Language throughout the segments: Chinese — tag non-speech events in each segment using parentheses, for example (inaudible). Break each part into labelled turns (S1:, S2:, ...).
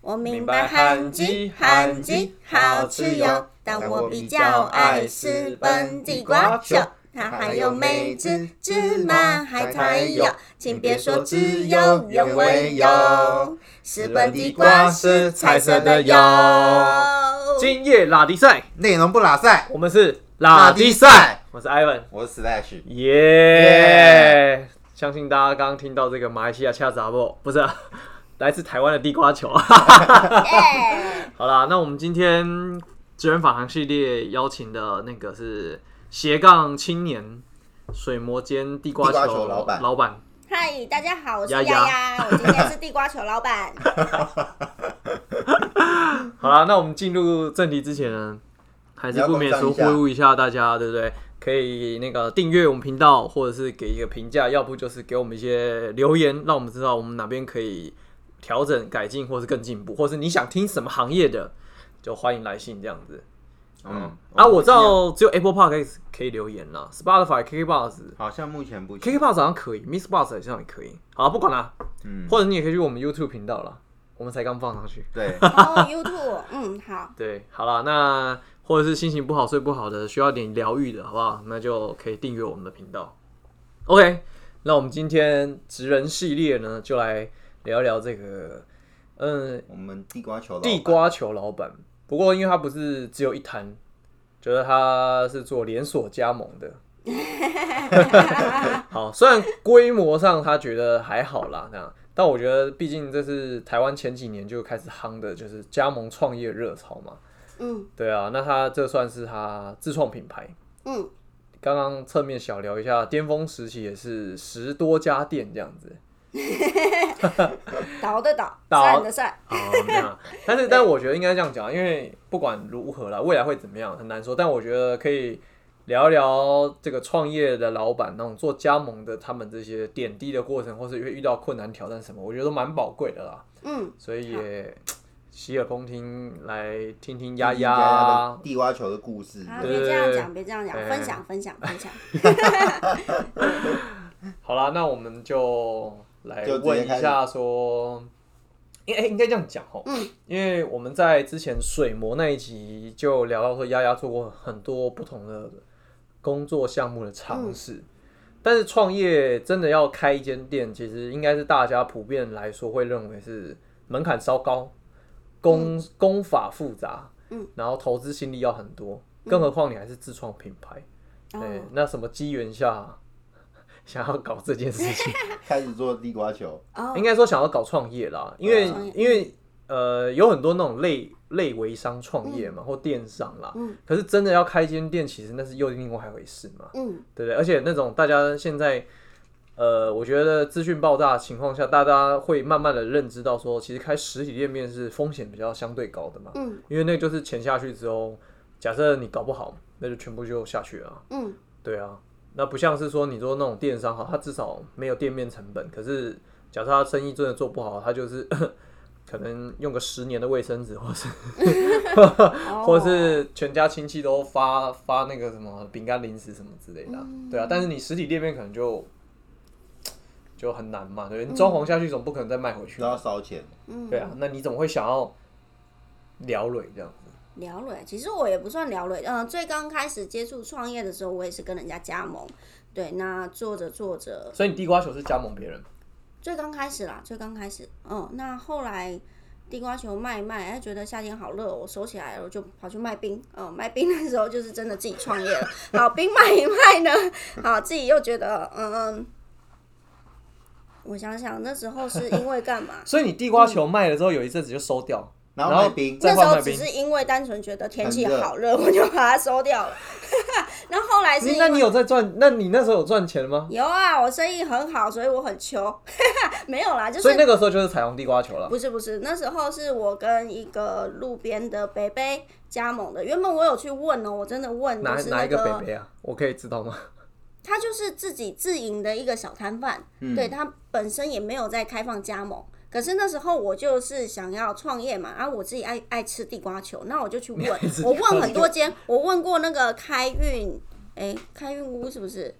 S1: 我明
S2: 明
S1: 白
S2: 白
S1: 韩
S2: 韩
S1: 剧
S2: 剧，
S1: 韩
S2: 韩
S1: 剧
S2: 剧
S1: 好
S2: 好
S1: 吃
S2: 吃
S1: 哟
S2: 哟，
S1: 但
S2: 但
S1: 我
S2: 我
S1: 比
S2: 比
S1: 较
S2: 较
S1: 爱
S2: 爱
S1: 吃
S2: 吃
S1: 本
S2: 本
S1: 地
S2: 地
S1: 瓜
S2: 瓜
S1: 球
S2: 球。
S1: 它还有梅子、芝麻，还才有，请别说只有
S2: 有
S1: 原
S2: 原
S1: 味
S2: 味
S1: 有
S2: 有，
S1: 是本地瓜是彩色的哟。
S2: (laughs) 今夜拉迪赛，
S3: 内容不拉塞，
S2: 我们是拉迪
S3: 拉迪
S2: 赛
S3: 赛，
S2: 我是 Ivan，
S3: 我是 Slash， (laughs)
S2: 耶！相信大家刚刚听到这个马来西亚恰杂不，不是啊、 (laughs) 来自台湾的地瓜球。 (laughs)
S1: 耶
S2: 好啦，那我们今天职人法航系列邀请的那个是斜杠青年水磨间地瓜
S3: 地瓜
S2: 球
S3: 球老板
S2: 老板。
S1: 嗨，大家好，我是
S2: 丫
S1: 丫
S2: 丫
S1: 丫，我今天是地瓜球老板。 (laughs)
S3: 嗯
S2: 好啦，那我们进入正题之前呢，还是不免俗
S3: 你要
S2: 呼
S3: 公
S2: 吁一下大家，对不对？可以那个订阅我们频道，或者是给一个评价，要不就是给我们一些留言，让我们知道我们哪边可以调整、改进，或是更进步，或是你想听什么行业的，就欢迎来信这样子。
S3: 嗯，
S2: 啊，我知道只有 Apple Park 可以留言啦，Spotify、KKBox、
S3: 好像目前不行，
S2: KKBox 好像可以，Miss Box 好像也可以。好，不管啦，
S3: 嗯，
S2: 或者你也可以去我们 YouTube 频道啦，我们才刚放上去。
S3: 对，
S1: 哦，YouTube，嗯，好，
S2: 对，好啦，那或者是心情不好、睡不好的，需要点疗愈的，好不好？那就可以订阅我们的频道。OK，那我们今天职人系列呢，就来聊一聊这个，嗯，
S3: 我们地瓜球老板
S2: 地瓜球老板。不过，因为他不是只有一摊，觉得他是做连锁加盟的。好，虽然规模上他觉得还好啦，那样但我觉得毕竟这是台湾前几年就开始夯的，就是加盟创业热潮嘛。
S1: 嗯
S2: 对啊，那他这算是他自创品牌。
S1: 嗯，
S2: 刚刚侧面小聊一下，巅峰时期也是十多家店这样子。
S1: 倒的倒，
S2: 倒
S1: 算的算，
S2: 好，没有啦 (laughs) 但是但我觉得应该这样讲，啊因为不管如何啦，未来会怎么样很难说。但我觉得可以聊一聊这个创业的老板那种做加盟的，他们这些点滴的过程，或是会遇到困难挑战什么，我觉得都蛮宝贵的啦。
S1: 嗯，
S2: 所以也洗耳恭听，来听听丫啊
S3: 地瓜
S2: 丫
S3: 的。地瓜球的故事，
S1: 好，
S2: 对
S1: 别这样讲，别这样讲
S2: 哎，
S1: 分享分享分
S2: (laughs)
S1: 享，
S2: 好啦，那我们就来
S3: 就直接
S2: 问一
S3: 开始
S2: 下说，应哎应该这样讲哦，
S1: 嗯，
S2: 因为我们在之前水魔那一集就聊到说，丫丫做过很多不同的工作项目的
S1: 嗯
S2: 尝试，但是创业真的要开一间店，其实应该是大家普遍来说会认为是门槛稍高，工、工法复杂，
S1: 嗯，
S2: 然后投资心力要很多，更何况你还是自创品牌，对
S1: 哦，
S2: 那什么机缘下想要搞这件事情？
S3: 开始做地瓜球，
S1: 哦
S2: 应，该说想要搞创业啦，因为、
S1: 嗯
S2: 因为呃有很多那种类类微商创业嘛，或电商啦，
S1: 嗯
S2: 可是真的要开间店，其实那是又另外一回事嘛，
S1: 嗯
S2: 对不对？而且那种大家现在。呃，我觉得资讯爆炸的情况下，大家会慢慢的认知到说，其实开实体店面是风险比较相对高的嘛，
S1: 嗯
S2: 因为那就是钱下去之后，假设你搞不好，那就全部就下去了啊。
S1: 嗯
S2: 对啊，那不像是说你说那种电商好，他至少没有店面成本。可是假设他生意真的做不好，他就是 (laughs) 可能用个十年的卫生纸，或是、
S1: 哦
S2: (laughs) (laughs) 或是全家亲戚都发发那个什么饼干、零食什么之类的啊、
S1: 嗯
S2: 对啊，但是你实体店面可能就就很难嘛，对不对你装潢下去总不可能再卖回去
S3: 都要
S2: 嘛，
S3: 烧钱，
S1: 嗯
S2: 对啊，那你怎么会想要聊蕊这样子？
S1: 聊蕊，其实我也不算聊蕊，嗯、最刚开始接触创业的时候，我也是跟人家加盟，对，那做着做着，
S2: 所以你地瓜球是加盟别人吗，？
S1: 最刚开始啦，最刚开始，嗯，那后来地瓜球卖一卖，哎，觉得夏天好热，我收起来了，我就跑去卖冰，嗯，卖冰的时候就是真的自己创业了，好，冰卖一卖呢，好，自己又觉得，嗯，我想想，那时候是因为干嘛
S2: 所以你地瓜球卖了之后，有一阵子就收掉，
S3: 然
S2: 然
S3: 后
S2: 后
S3: 卖冰，
S2: (laughs) 再
S1: 那时
S2: 换
S1: 候
S2: 卖
S1: 只
S2: 冰。
S1: 是因为单纯觉得天气
S3: 很热
S1: 好热，我就把它收掉了。 (laughs) 然后后来是
S2: 你
S1: 因
S2: 那
S1: 为
S2: 你有在赚？那你那时候有赚钱吗？
S1: 有啊，我生意很好，所以我很穷。 (laughs) 没有啦，就
S2: 所以
S1: 是
S2: 那个时候就是彩虹地瓜球了。
S1: 不是不是，那时候是我跟一个路边的北北加盟的。原本我有去问哦，我真的问，
S2: 哪
S1: 就是
S2: 哪
S1: 那
S2: 一个北北啊？我可以知道吗？
S1: 他就是自己自营的一个小摊贩，
S3: 嗯
S2: 嗯
S1: 对他本身也没有在开放加盟。可是那时候我就是想要创业嘛，然、啊后我自己爱爱吃地瓜球，那我就去问
S2: (laughs) 吃，地瓜
S1: 我
S2: 球
S1: 问很多间，我问过那个开运，哎、开运屋是不是？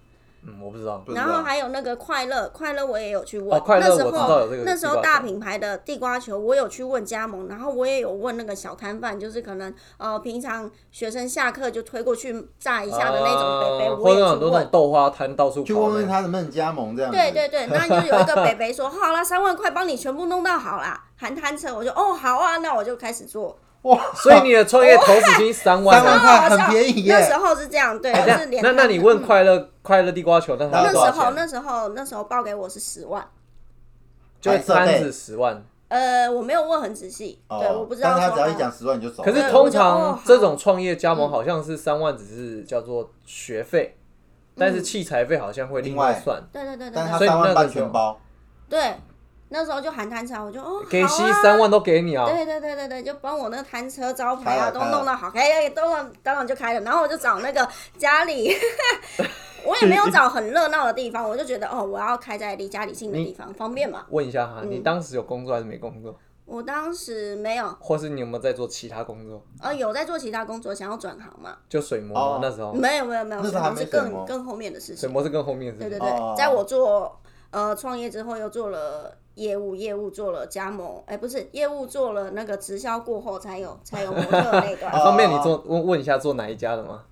S2: 嗯，我不知道。
S3: 不知
S1: 然后
S3: 道。
S1: 还有那个快乐，快乐我也有去问。
S2: 哦快乐
S1: 那时
S2: 我知道有
S1: 候
S2: 这个
S1: 那时
S2: 地
S1: 候
S2: 瓜球
S1: 大品牌的地瓜球，我有去问加盟，然后我也有问那个小摊贩，就是可能呃平常学生下课就推过去炸一下的那种北北，
S2: 啊
S1: 我
S2: 或
S1: 也
S2: 者很
S1: 去
S2: 多那
S1: 问
S2: 种。豆花摊到处
S3: 去
S2: 跑
S3: 问
S2: 的
S3: 问。他能不能加盟这样子。
S1: 对对对，那就有一个北北说，好啦，三万块帮你全部弄到好啦，含摊车，我就哦好啊，那我就开始做。
S3: 哇，
S2: 所以
S3: (laughs)
S2: 你的创业投资金三万
S3: 三
S2: 吗
S3: 万？
S1: 好
S3: 块
S1: 笑
S3: 很便宜
S1: 那时
S3: 耶。
S1: 候是这样，对，
S2: 哎
S1: 就是
S2: 这
S1: 连嗯
S2: 样那那你问快乐快乐地瓜球，那
S1: 那
S2: 他
S1: 时
S3: 多少
S1: 候
S3: 钱
S1: 那时候那时候报给我是十万，
S2: 就是摊
S3: 设备
S2: 子十万。
S1: 呃，我没有问很仔细，对，
S2: 哦
S1: 我不知道
S3: 哦但
S1: 说
S3: 他
S1: 他。
S3: 只要一讲十万你就走了。
S2: 可是
S1: 对
S2: 通
S1: 我就哦
S2: 常
S1: 好嗯
S2: 这种创业加盟好像是三万，只是叫做学费，但是器材费好像会另外算。
S1: 对对对对
S3: 但是他
S1: 对
S2: 所以
S3: 三万
S2: 那个
S3: 半
S2: 时候
S3: 全包，
S1: 对，那时候就喊摊车，我就哦，
S2: 给
S1: 好
S2: 息
S1: 啊
S2: 三万都给你啊！
S1: 对对对对对，就帮我那个摊车招牌啊
S3: 开了
S1: 都
S3: 开了
S1: 弄到好，哎哎，都弄当然就开了。然后我就找那个家里， (laughs) 我也没有找很热闹的地方，我就觉得哦，我要开在离家里近的地方，方便嘛。
S2: 问一下哈，你
S1: 嗯
S2: 当时有工作还是没工作？
S1: 我当时没有，
S2: 或是你有没有在做其他工作？
S1: 呃，有在做其他工作，想要转行嘛？
S2: 就水模
S3: 哦
S2: 嘛，那时候
S1: 没有没有没有，
S3: 那时
S1: 可
S3: 候还
S1: 能
S3: 没
S1: 是
S3: 选
S1: 更
S3: 哦
S1: 更后面的事
S2: 水
S1: 情。
S2: 模是更后面的
S1: 对
S2: 事
S1: 对
S2: 情。
S1: 对，
S3: 哦
S1: 在我做呃创业之后，又做了业务，业务做了加盟，哎、不是业务做了那个直销过后，才有才有模特那一段。
S3: 哦
S2: 方便你做问问一下做哪一家的吗？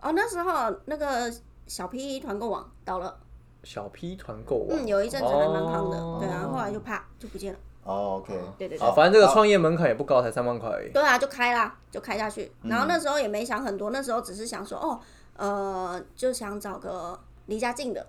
S1: 哦，那时候那个小 P 团购网倒了，
S2: 小 P 团购网，
S1: 嗯，有一阵子还蛮胖的，
S2: 哦
S1: 对啊，后来就啪就不见了，
S3: 哦，OK，
S1: 对对对
S2: 啊，
S3: 好
S2: 反正这个创业门槛也不高，才三万块而已。
S1: 对啊，就开啦，就开下去。然后
S3: 嗯
S1: 那时候也没想很多，那时候只是想说，哦，呃，就想找个离家近的。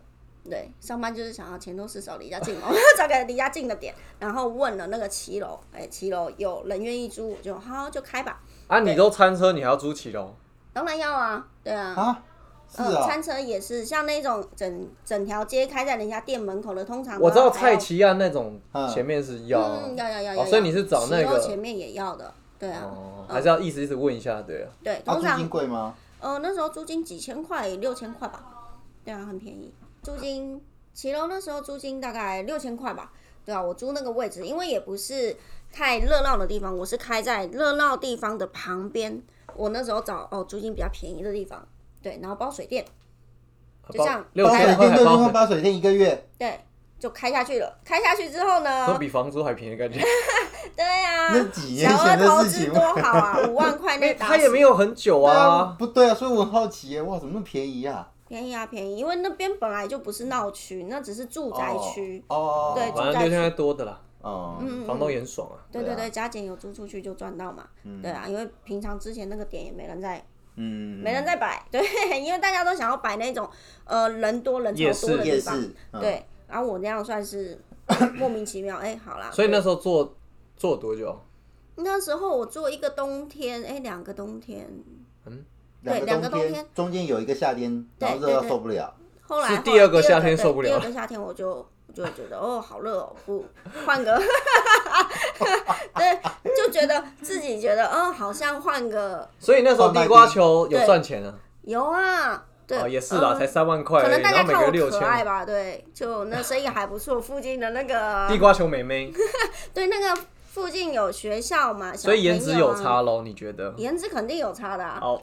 S1: 对，上班就是想要钱多事少，离家近
S2: (laughs)
S1: 嘛，我要找个离家近的点。然后问了那个骑楼，哎、骑楼有人愿意租，我就好就开吧。
S2: 啊，你都餐车，你还要租骑楼？
S1: 当然要啊，对啊，
S3: 啊，是
S1: 呃，
S3: 啊，
S1: 餐车也是，像那种整整条街开在人家店门口的，通常
S2: 我知道
S1: 还要
S2: 蔡奇啊亚那种
S3: 嗯
S2: 前面是要，
S1: 啊嗯，要要要要、
S2: 哦所以你是找那
S1: 骑楼
S2: 个
S1: 前面也要的，对啊，
S2: 哦，
S1: 嗯
S2: 还是要意思意思问一下，对啊。
S1: 对，
S3: 啊
S1: 通
S3: 租
S1: 常
S3: 金贵吗？
S1: 呃那时候租金几千块，六千块吧，对啊，很便宜。租金骑楼那时候租金大概六千块吧，对啊，我租那个位置，因为也不是太热闹的地方，我是开在热闹地方的旁边，我那时候找哦租金比较便宜的地方，对，然后包水电，就这样
S2: 六千
S3: 水
S2: 块
S3: 电
S2: 还
S3: 六千
S2: 包
S3: 块，，八水电一个月，
S1: 对，就开下去了。开下去之后呢，
S2: 都比房租还便宜，感觉。
S1: 对啊，
S3: 那几年
S1: 小额
S3: 前的
S1: 投
S3: 事
S1: 资
S3: 情哎
S1: 多好啊，五万
S3: (laughs)
S1: 块内
S2: 没，
S1: 打
S2: 哎他也
S1: 死
S2: 没有很久啊。
S3: 不对啊，所以我很好奇耶，哇，怎么那么便宜啊？
S1: 便宜啊，便宜，因为那边本来就不是闹区，那只是住宅区。
S3: 哦哦，哦
S1: 对
S2: 反正六千块多的啦，
S3: 哦，
S1: 嗯，嗯
S2: 房东也很爽啊。
S1: 对对
S3: 对啊
S1: 对，加减有租出去就赚到嘛。
S3: 嗯
S1: 对啊，因为平常之前那个点也没人在，
S3: 嗯，
S1: 没人在摆。对， (laughs) 因为大家都想要摆那种呃人多人
S2: 夜
S1: 潮多的
S2: 市
S1: 地
S3: 夜
S1: 方。
S3: 市，嗯，
S1: 对，然后我那样算是
S2: (coughs)
S1: 莫名其妙，哎，好啦。
S2: 所以那时候做做多久？
S1: 那时候我做一个冬天，哎，两个冬天，对
S3: 两
S1: 两个
S3: 个冬
S1: 冬
S3: 天
S1: 天，
S3: 中间有一个夏天，
S1: 对
S3: 然后热到
S1: 对对
S3: 受不了，
S1: 后来
S2: 是
S1: 后
S2: 第
S1: 来
S2: 二个夏
S1: 对
S2: 天受不了
S1: 第二个夏天我就我就会觉得哦，好热哦，不换
S2: (laughs)
S1: 个， (laughs) 对，就觉得自己觉得哦，好像换个
S2: 所以那时候地瓜球有赚钱啊，
S1: 有啊，对， (laughs)
S2: 哦也是啦，
S1: 嗯
S2: 才三万块
S1: 可
S2: 而
S1: 能
S2: 已，
S1: 大
S2: 哎然
S1: 家
S2: 后每
S1: 看
S2: 个
S1: 我
S2: 六
S1: 可爱
S2: 千。
S1: 吧，对，就那生意还不错，附近的那
S2: 地
S1: 个，
S2: 瓜球妹
S1: (laughs)
S2: 妹，
S1: 对，那个附近有学校嘛，小
S2: 所以颜值
S1: 朋友
S2: 有
S1: 啊，
S2: 差喽？你觉得？
S1: 颜值肯定有差的啊，
S2: 哦，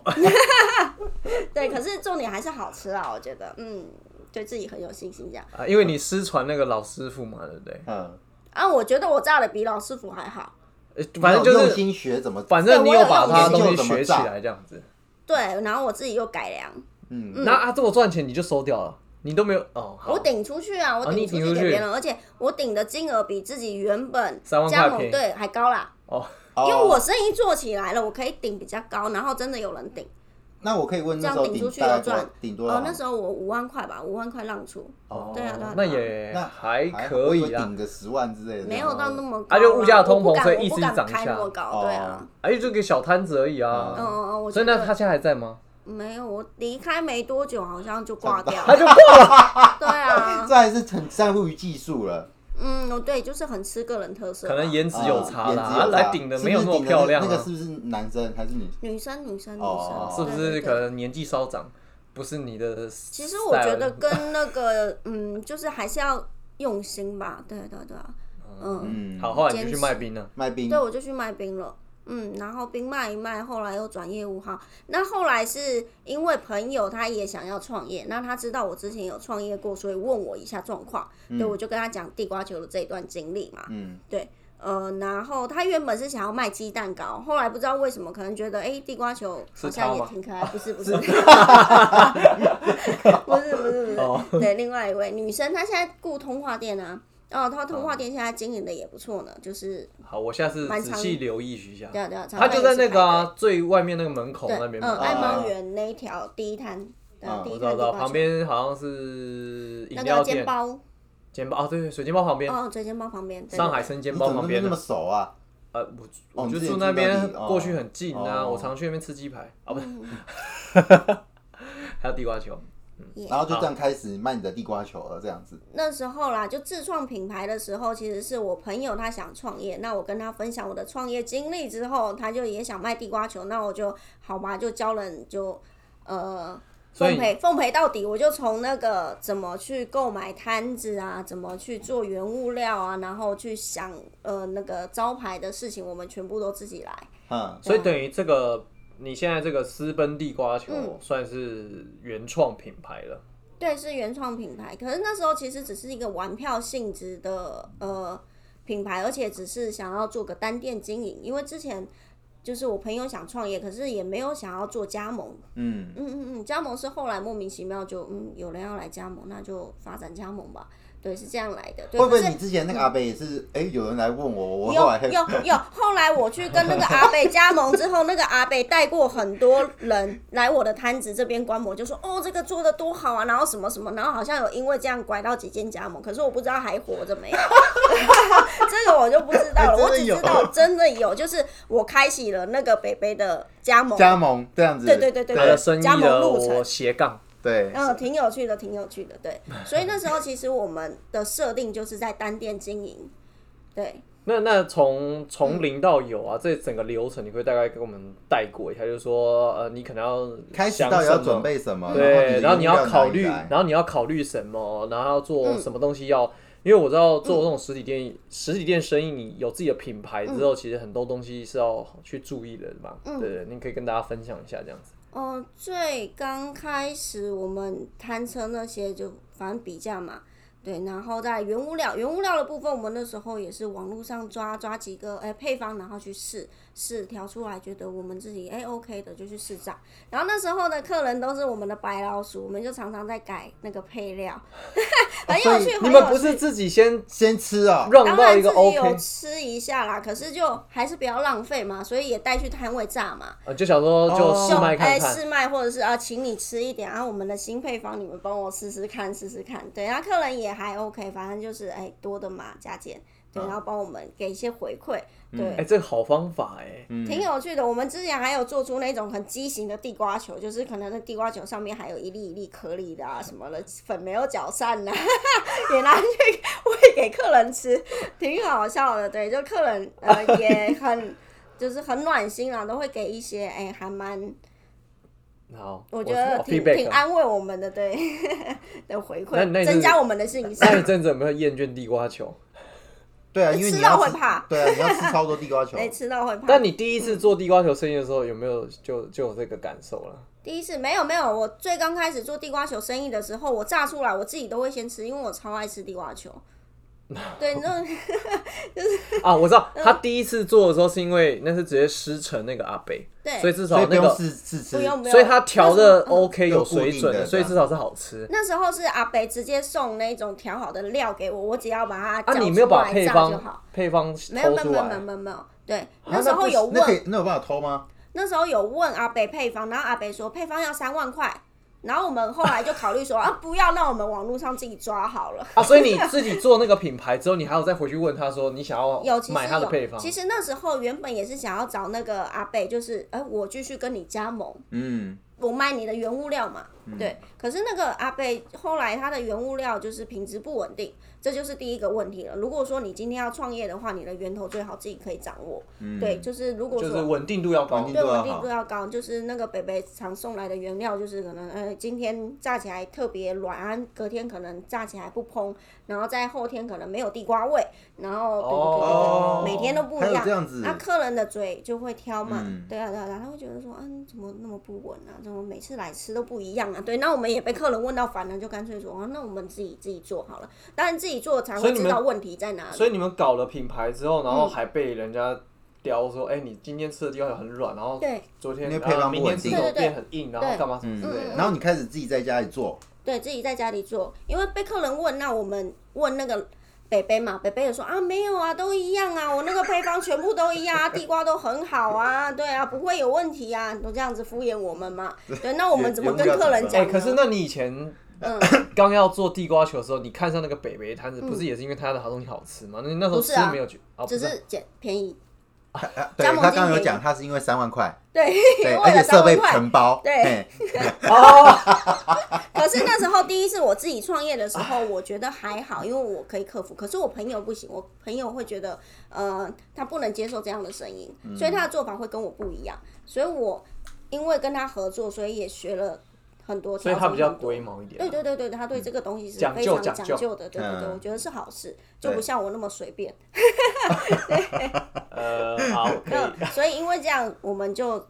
S1: 对，可是重点还是好吃啊，我觉得，嗯，对自己很有信心这样。
S2: (laughs) 啊，因为你失传那个老师傅嘛，对不对？
S3: 嗯，
S1: 啊，我觉得我炸的比老师傅还好。
S2: 呃反正就
S3: 你有
S2: 是
S3: 用心学怎么，
S2: 反正你有把他的东
S3: 对
S2: 西
S3: 我有
S2: 学
S3: 用
S2: 起来这样子。
S1: 对，然后我自己又改良，
S3: 嗯，
S2: 那啊，这么赚钱你就收掉了，你都没有哦。好哦
S1: 我顶出去啊，我
S2: 你
S1: 顶出
S2: 顶
S1: 去
S2: 出
S1: 给
S2: 去
S1: 别人，而且我顶的金额比自己原本
S2: 三万
S1: 加
S2: 块
S1: 盟
S2: 便宜
S1: 对还高啦，
S2: 哦，
S3: 因
S1: 因为我生意做起来了，我可以顶比较高，然后真的有人顶。
S3: 那我可以问
S1: 这
S3: 那
S1: 样
S3: 时候
S1: 顶出
S3: 顶
S1: 去
S3: 大概
S1: 有
S3: 多少
S1: 赚
S3: 顶多
S2: 啊
S3: 少
S1: 哦，？那时候我五万块吧，五万块让出，
S2: 哦
S1: 对啊对啊对啊
S2: 那也
S3: 那
S2: 哎还
S3: 好
S2: 可
S3: 我
S2: 以
S3: 以
S2: 啊
S3: 为
S2: 啦
S3: 顶。个十万之类的，
S1: 没有到那么高
S2: 啊
S1: 啊，
S2: 就物价通
S1: 我不
S2: 膨
S1: 敢
S2: 所以
S1: 我
S2: 一
S1: 不
S2: 直
S1: 敢
S2: 涨
S1: 开
S2: 下
S1: 那么高，
S3: 哦
S1: 对啊，
S2: 哎，就给小摊子而已啊。
S1: 嗯嗯嗯，我
S2: 所
S1: 觉
S2: 以那他
S1: 得
S2: 现在还在吗？
S1: 没有，我离开没多久好像就挂掉
S2: 他
S1: 了，
S2: 就过了。
S1: 对啊，
S3: 这还是很在乎于技术了，
S1: 嗯，哦对，就是很吃个人特色吧，
S2: 可能颜值有
S3: 啊
S2: 差啦，
S3: 颜值有差
S2: 啊来顶的没有
S3: 是
S2: 那
S3: 不是
S2: 么漂亮
S3: 顶的那个
S2: 啊
S3: 是，不是男生还是女？
S1: 女生女生女
S3: 哦
S1: 生
S2: 是
S1: 对
S2: 不是？
S1: 对对
S2: 可能年纪稍长，不是你的。
S1: 其实我觉
S2: (laughs)
S1: 得，跟那个嗯，就是还是要用心吧，对对对啊，嗯，
S3: 嗯，
S2: 好，后来你就去卖冰了。
S3: 卖冰
S1: 对，我就去卖冰了。嗯，然后冰卖一卖，后来又转业务号。那后来是因为朋友他也想要创业，那他知道我之前有创业过，所以问我一下状况。对，
S2: 嗯
S1: 我就跟他讲地瓜球的这一段经历嘛。
S3: 嗯，
S1: 呃，然后他原本是想要卖鸡蛋糕，后来不知道为什么，可能觉得哎、诶地瓜球好
S2: 是他
S1: 像也
S2: 吗
S1: 挺可
S2: (laughs)
S1: 爱，不是 (laughs) 不是，不是不是不是，
S2: 哦
S1: 对，另外一位女生，她现在雇通话店啊，哦，她通话店现在经营的也不错呢，就是
S2: 好，我下次
S1: 蛮
S2: 仔
S1: 长
S2: 细留意一下。
S1: 对啊对啊，常
S2: 他
S1: 常
S2: 就
S1: 也
S2: 在
S1: 是
S2: 那个
S1: 排队
S2: 啊最外面那个门口
S1: 对，
S2: 那边嘛啊
S1: 嗯，，爱
S3: 哎
S1: 猫
S3: 哦
S1: 园那一条第一摊，对啊
S3: 嗯
S1: 第一
S2: 我知
S1: 摊
S2: 道，
S1: 地
S2: 知道，
S1: 瓜
S2: 旁
S1: 球
S2: 边好像是饮
S1: 那
S2: 料
S1: 个煎
S2: 店、
S1: 包，
S2: 煎包哦，对对，水煎包旁边，
S1: 哦，水煎包旁边，对
S2: 上海
S1: 对
S2: 生
S3: 你
S2: 煎
S3: 怎
S2: 包
S3: 么
S2: 旁
S3: 那
S2: 边
S3: 么
S2: 的。
S3: 熟啊？
S2: 呃，我
S3: 哦
S2: 我
S3: 你
S2: 就
S3: 之前
S2: 住那边
S3: 住那，里
S2: 过去很近啊，
S3: 哦
S2: 我常去那边吃鸡排啊，不是，
S1: 嗯
S2: (laughs) 还有地瓜球。
S1: 嗯
S3: 然后就这样开始卖你的地瓜球了，这样子。
S1: 那时候啦，就自创品牌的时候，其实是我朋友他想创业，那我跟他分享我的创业经历之后，他就也想卖地瓜球，那我就好吧，就教人就呃
S2: 所以
S1: 奉陪奉陪到底，我就从那个怎么去购买摊子啊，怎么去做原物料啊，然后去想呃那个招牌的事情，我们全部都自己来。
S3: 嗯，
S2: 所以等于这个你现在这个私奔地瓜
S1: 嗯
S2: 球算是原创品牌了，
S1: 对，是原创品牌。可是那时候其实只是一个玩票性质的呃品牌，而且只是想要做个单店经营，因为之前。就是我朋友想创业，可是也没有想要做加盟。
S3: 嗯，
S1: 嗯嗯嗯，加盟是后来莫名其妙就嗯有人要来加盟，那就发展加盟吧。对，是这样来的。对，
S3: 会不会
S1: 可是嗯
S3: 你之前那个阿贝也是？哎，有人来问我，我后来
S1: 有有有，后来我去跟那个阿北加盟之后，那个阿北带过很多人来我的摊子这边观摩，就说哦这个做的多好啊，然后什么什么，然后好像有因为这样拐到几间加盟，可是我不知道还活着 (laughs) 没有，这个我就不知道了，
S3: 还真
S1: 我
S3: 的
S1: 只
S3: 有
S1: 知道真的有，就是我开启了那个北北的加盟，
S3: 加盟这样子。
S1: 对对对对
S2: 它的生意
S1: 加盟
S2: 的
S1: 路程
S2: 我斜杠，
S3: 对，
S1: 嗯，挺有趣的，挺有趣的，对，所以那时候其实我们的设定就是在单店经营，对。
S2: 那那从
S3: 嗯
S2: 从零到有啊，这整个流程你会大概给我们带过一下，就是说呃，你可能要
S3: 开始
S2: 想
S3: 到底
S2: 什
S3: 要
S2: 么
S3: 准备什么？
S2: 对，然后你
S3: 的
S2: 要
S3: 原料
S2: 考
S3: 哪里
S2: 虑，
S3: 来嗯
S2: 然后你要考虑什么，然后要做什么东西要，因为我知道做这种实体店、实体店生意，你有自己的品牌之
S3: 嗯
S2: 后，其实很多东西是要去注意的嘛。
S1: 嗯
S2: 对，你可以跟大家分享一下这样子。
S1: 哦，最刚开始我们摊车那些就反正比价嘛，对，然后在原物料，原物料的部分，我们那时候也是网络上抓抓几个哎、配方，然后去试试调出来，觉得我们自己哎、OK 的就去试炸。然后那时候的客人都是我们的白老鼠，我们就常常在改那个配料， (laughs) 很有趣，
S2: 哦你
S1: 很
S2: 们不
S1: 有趣。
S2: 是自己先
S3: 先吃啊，
S2: 让
S1: 当
S2: 到一
S1: 然
S2: 个
S1: 自己有
S2: OK，
S1: 吃一下啦，可是就还是不要浪费嘛，所以也带去摊位炸嘛。
S2: 呃就想说就
S3: 哦
S2: 试
S1: 就
S2: 卖看
S1: 哎
S2: 看，
S1: 试卖或者是啊，请你吃一点啊，我们的新配方你们帮我试试看，试试看。对，然后客人也还 OK，反正就是哎多的嘛加减，对，
S2: 嗯
S1: 然后帮我们给一些回馈，对。
S2: 哎，这个好方法哎。
S3: 嗯
S1: 挺有趣的，我们之前还有做出那种很畸形的地瓜球，就是可能那地瓜球上面还有一粒一粒颗粒的啊什么的，粉没有搅散呐、 (laughs) 也拿去喂给客人吃，挺好笑的。对，就客人呃也很就是很暖心啊，都会给一些哎、还蛮
S2: 好，
S1: 我觉得
S2: 好
S1: 挺
S2: feedback
S1: 挺
S2: 啊
S1: 安慰我们的，对 (laughs) 的回
S2: 那
S1: 馈，
S2: 那
S1: 增
S2: 是
S1: 加我们的信心。
S2: 那一阵子有没有厌倦地
S1: (laughs)
S2: 瓜球？
S3: 对啊，因为
S1: 哎吃
S3: 你
S1: 到
S3: 要
S1: 会
S3: 吃
S1: 怕
S3: 对啊，你要吃超多地瓜球。
S1: (laughs) 哎，吃到会怕
S2: 但。哦你第一次做地瓜球生意的时候，有没有就就有这个感受了？
S1: 第一次没有没有，我最刚开始做地瓜球生意的时候，我炸出来我自己都会先吃，因为我超爱吃地瓜
S2: (laughs)
S1: 球。对，那嗯
S2: 啊，我知道他第一次做的时候是因为那是直接师承那个阿北，
S1: 对
S2: 所以至
S3: 所
S2: 少
S3: 以不
S2: 那
S3: 用
S2: 个，
S3: 试试吃啊
S1: 不，用不用。
S2: 所以他调的
S1: 那时候嗯嗯
S2: OK 有水准
S3: 有固定的
S2: 所以至少是好吃。
S1: 那时候是阿北直接送那种调好的料给我，我只要把它搅
S2: 啊，你没有
S1: 出
S2: 把
S1: 来
S2: 配
S1: 炸就好
S2: 方。配方
S1: 没有
S2: 抽
S1: 没有
S2: 出
S1: 没有没有
S2: 来，啊
S1: 没有没有，对，
S2: 那
S1: 那时
S2: 不
S1: 候
S2: 是
S1: 有
S3: 那可
S1: 问
S3: 以，那有办法偷吗？
S1: 那时候有问阿北配方，然后阿北说配方要三万块，然后我们后来就考虑说 (laughs) 啊不要，那我们网络上自己抓好了。
S2: 啊，所以你自己做那个品牌之后，你还有再回去问他说你想要
S1: 有其实
S2: 买他的
S1: 有
S2: 配方
S1: 其，实那时候原本也是想要呃找那个阿北，就是哎、我继续跟你加盟，
S3: 嗯，
S1: 我卖你的原物料嘛。
S2: 嗯
S1: 对，可是那个阿贝后来他的原物料就是品质不稳定，这就是第一个问题了。如果说你今天要创业的话，你的源头最好自己可以掌握。
S3: 嗯
S2: 嗯
S1: 对，就是如果
S2: 就
S1: 说
S2: 是稳定度要高
S3: 稳。定
S1: 对
S3: 度要
S1: 稳定
S3: 好
S1: 度要高，就是那个北北常送来的原料，就是可能呃今天炸起来特别软，啊隔天可能炸起来不蓬，然后在后天可能没有地瓜味，然后对对对对
S2: 哦
S1: 每天都不
S3: 还
S1: 一
S3: 有
S1: 样
S3: 这样子，
S1: 那客人的嘴就会挑嘛，
S3: 嗯
S1: 对啊对啊，对啊他会觉得说，嗯、怎么那么不稳啊？怎么每次来吃都不一样啊？对，那我们也被客人问到烦了，就干脆说，啊，那我们自己自己做好了。当然自己做才
S2: 所
S1: 会
S2: 以你
S1: 知
S2: 们
S1: 道问题在哪里。
S2: 所以你们搞了品牌之后，
S1: 嗯
S2: 然后还被人家雕说，哎、你今天吃的地瓜球很软，然后
S1: 对
S2: 昨天
S3: 因为
S2: 然
S3: 配方
S2: 后
S3: 不
S2: 明天吃
S1: 稳
S2: 的
S1: 定
S2: 变很硬，然后干嘛什么
S3: 嗯
S2: 之类的。
S3: 然后你开始自己在家里做，
S1: 对自己在家里做，因为被客人问，那我们问那个北北嘛，北北也说啊，没有啊，都一样啊，我那个配方全部都一样啊，地瓜都很好啊，对啊，不会有问题啊，都这样子敷衍我们嘛。对，那我们怎么跟客人
S2: 哎、
S1: 讲呢？
S2: 可是那你以前
S1: 嗯，
S2: (coughs) 刚要做地瓜球的时候，你看上那个北北摊子，不是也是因为他的好东西好吃吗？那你那时候
S1: 不是
S2: 吃
S1: 啊
S2: 没有觉，哦，不
S1: 只
S2: 是啊
S1: 是捡便宜。
S3: 啊对
S1: 加盟
S3: 他刚
S1: 金
S3: 刚有
S1: 也
S3: 讲，他是因为三万块，
S1: 对，
S3: (laughs)
S1: (laughs)
S3: 对，
S1: 为
S3: 而
S1: 了
S3: 且设
S1: 三
S3: 备
S1: 万块。
S3: 承包，
S1: 对
S3: 嘿，
S2: (laughs)
S1: (laughs)
S2: 哦，
S1: 可是那时候第一次我自己创业的时候， (laughs) 我觉得还好，因为我可以克服。可是我朋友不行，我朋友会觉得，呃，他不能接受这样的声音，
S2: 嗯
S1: 所以他的做法会跟我不一样。所以我因为跟他合作，所以也学了很多，
S2: 所以它比
S1: 调整
S2: 较
S1: 很多
S2: 龟毛一点、啊
S1: 对对对对，他对这个东西是
S2: 讲
S1: 非
S2: 究
S1: 常
S2: 讲
S1: 讲
S2: 究
S1: 究的，对对对，
S3: 嗯
S1: 我觉得是好事，就不
S3: 对
S1: 像我那么随便。
S2: 呃，好，
S1: (laughs)
S2: 可以。
S1: 对，所以因为这样，我们就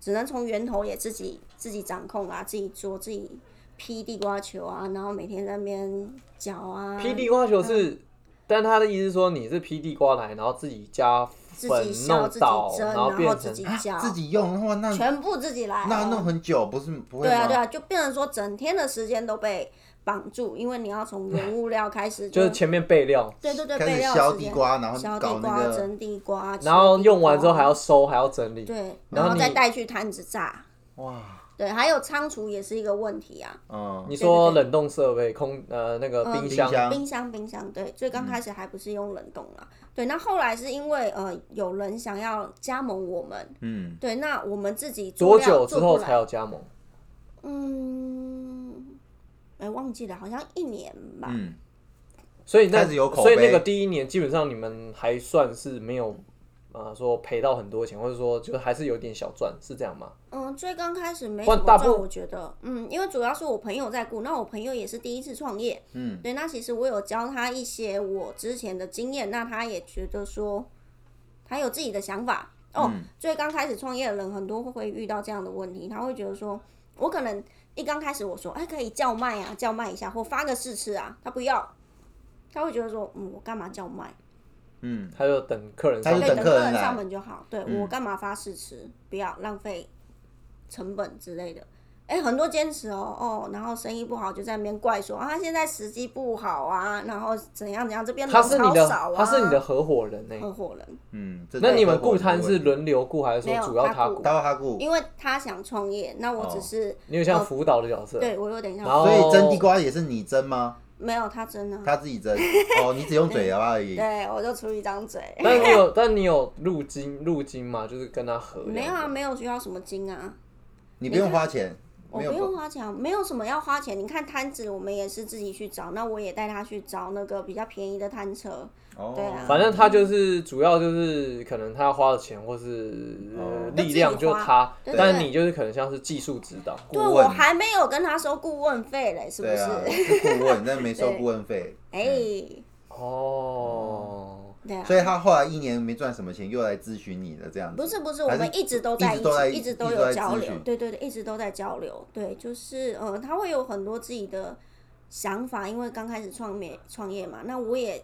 S1: 只能从源头也自己自己掌控啊，自己做，自己劈地瓜球啊，然后每天在那边搅啊，
S2: 劈地瓜球是，但他的意思是说你是劈地瓜来，然后自己加
S1: 自
S2: 粉
S1: 己削，
S2: 弄
S1: 自己
S2: 倒，
S1: 蒸，
S2: 然
S1: 然后
S2: 变
S1: 自
S2: 成
S1: 己搅，
S3: 啊自己用的话，那
S1: 全部自己来哦。
S3: 那弄很久，不是不会
S1: 对啊
S3: 吗？
S1: 对啊，就变成说整天的时间都被绑住，因为你要从原物料开始，
S2: 就是前面备料，
S1: 对对对，
S3: 开
S1: 备
S3: 始
S1: 料
S3: 削
S1: 时
S3: 地
S1: 间
S3: 瓜，然后
S1: 削地
S3: 搞那
S1: 瓜、
S3: 个，
S1: 蒸地瓜，
S2: 然后
S1: 切地
S2: 用完之后
S1: 瓜
S2: 还要收，还要整理。
S1: 对，
S2: 然
S1: 然
S2: 后
S1: 后再
S2: 你
S1: 带去摊子炸。
S3: 哇，
S1: 对，还有仓储也是一个问题啊。
S3: 嗯，
S2: 你说
S1: 对对对
S2: 冷冻设备、空呃那个
S1: 嗯
S2: 冰
S3: 冰
S2: 箱，嗯
S3: 箱，
S1: 冰箱，冰箱，对，最刚开始还不是用冷冻啦。对，那后来是因为呃有人想要加盟我们，
S3: 嗯，
S1: 对，那我们自己做
S2: 多
S1: 料
S2: 久之后
S1: 做
S2: 才？
S1: 不来
S2: 有加盟？
S1: 嗯，哎、忘记了，好像一年吧。
S3: 嗯，
S2: 所以那
S3: 开始有口碑
S2: 所以那个第一年基本上你们还算是没有啊、呃说赔到很多钱，或者说就还是有点小赚，是这样吗？
S1: 嗯，最刚开始没
S2: 不
S1: 什
S2: 然
S1: 么
S2: 大
S1: 赚，
S2: 部
S1: 我觉得，嗯，因为主要是我朋友在顾，那我朋友也是第一次创业，
S3: 嗯，
S1: 对，那其实我有教他一些我之前的经验，那他也觉得说，他有自己的想法哦。
S3: 嗯
S1: 所以刚开始创业的人很多会遇到这样的问题，他会觉得说，我可能一刚开始我说，哎，可以叫卖啊，叫卖一下，或发个试吃啊，他不要，他会觉得说，嗯，我干嘛叫卖？
S3: 嗯，
S2: 他就等客人
S3: 他
S2: 上
S3: 就
S1: 对，
S2: 门。
S1: 等
S3: 等
S1: 客
S3: 客人来
S1: 上门就好。对、
S3: 嗯
S1: 我干嘛发试吃？不要浪费成本之类的。哎、很多坚持哦哦，然后生意不好就在那边怪说啊，现在时机不好啊，然后怎样怎样，这边
S2: 他
S1: 人
S2: 是你
S1: 超
S2: 的，
S1: 少啊，
S2: 他是你的合伙人呢、
S1: 合伙人，
S3: 嗯，这
S2: 那
S3: 太
S2: 你们
S3: 合伙
S2: 顾
S3: 人的
S2: 摊
S3: 问
S2: 是
S3: 题，
S2: 轮流顾，还是
S1: 没
S2: 说
S1: 有
S2: 主要
S1: 他
S2: 顾
S1: 顾？
S3: 他要他顾，
S1: 因为他想创业，那我只是、
S2: 你有像辅导的角色，
S1: 哦对我有点像
S2: 然后
S3: 所以蒸地瓜也是你蒸吗？
S1: 没有他真的，
S3: 他自己
S1: (laughs)
S3: 蒸，哦，你只用嘴啊而已，
S1: 对我就出一张嘴，
S2: 但你有但你有入金入金嘛？就是跟他合。
S1: 没有啊，，没有需要什么金啊，
S3: 你不用花钱，
S1: 我
S3: 没
S1: 不
S3: 有
S1: 用花钱，啊没有什么要花钱。你看摊子，我们也是自己去找，那我也带他去找那个比较便宜的摊车。
S3: 哦，
S1: 对啊
S2: 反正他就是主要就是可能他花的钱或是、呃
S3: 哦
S2: 力量就是他，
S1: 就自己花对对
S2: 但
S1: 对
S2: 你就是可能像是技术指导。
S1: 对
S3: 顾
S1: 我
S3: 问
S1: 还没有跟他收顾问费嘞，是不 (laughs)
S3: 对
S1: 是？
S3: 啊，是顾问，但没
S1: (laughs)
S3: 收顾问费，嗯
S1: 哎、
S2: 哦，
S1: 对啊，
S3: 所以他后来一年没赚什么钱，又来咨询你了，这样子。
S1: 不是不是，我
S3: 还是
S1: 们一直都在
S3: 一直都在
S1: 一直都
S3: 一直都
S1: 有
S3: 在
S1: 交
S3: 咨
S1: 流
S3: 询，
S1: 对对对，一直都在交流。对，就是呃，他会有很多自己的想法，因为刚开始创业创业嘛，那我也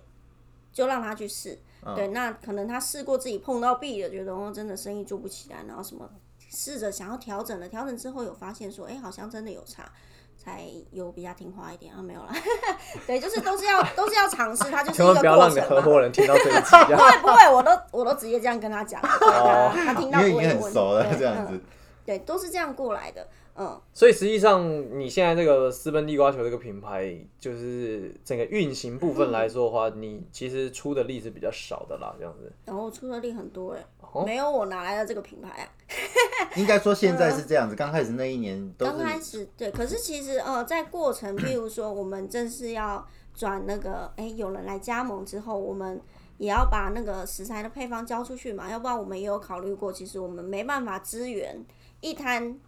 S1: 就让他去试。
S3: 嗯
S1: 对，那可能他试过自己碰到壁了，觉得哦，真的生意做不起来，然后什么试着想要调整了，调整之后有发现说，哎、好像真的有差，才有比较听话一点啊，没有啦， (laughs) 对，就是都是要都是要尝试，它就是
S2: (laughs) 千
S1: 一
S2: 万
S1: 个
S2: 不要
S1: 过
S2: 让你的
S1: 程啊
S2: 合
S1: 嘛。
S2: 伙人听到这一集，啊这样
S1: (laughs) 不会不会，我都我都直接这样跟他讲，对他他听
S3: 哦因
S1: 到
S3: 为已
S1: 不会
S3: 经
S1: 有
S3: 很
S1: 问题
S3: 熟了，
S1: 对
S3: 这样子
S1: 嗯。对，都是这样过来的。嗯，
S2: 所以实际上，你现在这个私奔地瓜球这个品牌，就是整个运行部分来说的话，你其实出的例子比较少的啦，这样子。
S1: 然后出的力很多哎、
S2: 哦
S1: 没有我哪来的这个品牌啊？
S3: 应该说现在是这样子，刚开始那一年都
S1: 刚开
S3: 是
S1: 始对，可是其实呃，在过程，譬如说我们正式要转那个，哎、有人来加盟之后，我们也要把那个食材的配方交出去嘛，要不然我们也有考虑过，其实我们没办法支援一摊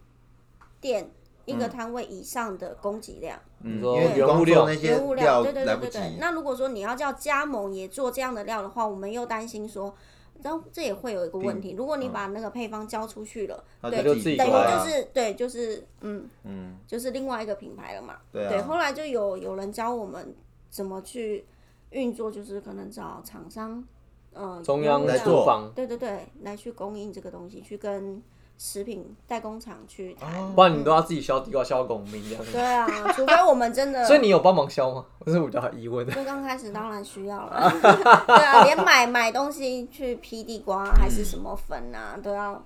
S1: 店一个摊位以上的供给量。
S3: 嗯，
S2: 你
S3: 因
S2: 说
S3: 为你
S2: 原
S3: 光做
S2: 物料
S3: 那些
S1: 原物料，
S3: 料
S1: 对对
S3: 来
S1: 对
S3: 不
S1: 对
S3: 及，
S1: 对。那如果说你要叫加盟也做这样的料的话，我们又担心说，然后这也会有一个问题，如果
S3: 嗯
S1: 你把那个配方交出去了，
S3: 他
S1: 对
S2: 就
S3: 哦自
S2: 自己
S3: 己
S1: 等于
S2: 过来
S3: 做
S2: 啊
S1: 就
S3: 啊
S1: 是对，就是嗯， (laughs)
S3: 嗯，
S1: 就是另外一个品牌了嘛。
S3: 对啊
S1: 后来就有有人教我们怎么去运作，就是可能找厂商，呃，
S2: 中
S1: 原
S2: 央
S1: 物
S3: 来
S1: 料
S3: 做
S2: 厨房，
S1: 对对对，来去供应这个东西，去跟食品代工厂去
S3: 哦
S1: 谈。
S2: 不然你都要自己削地瓜削到拱明这样子。
S1: 对啊，除非我们真的，
S2: (laughs) 所以你有帮忙削吗？这是我比较疑
S1: (laughs)
S2: 问。
S1: 就刚开始当然需要了， (laughs) 对啊，连买买东西去批地瓜啊还是什么粉啊，都要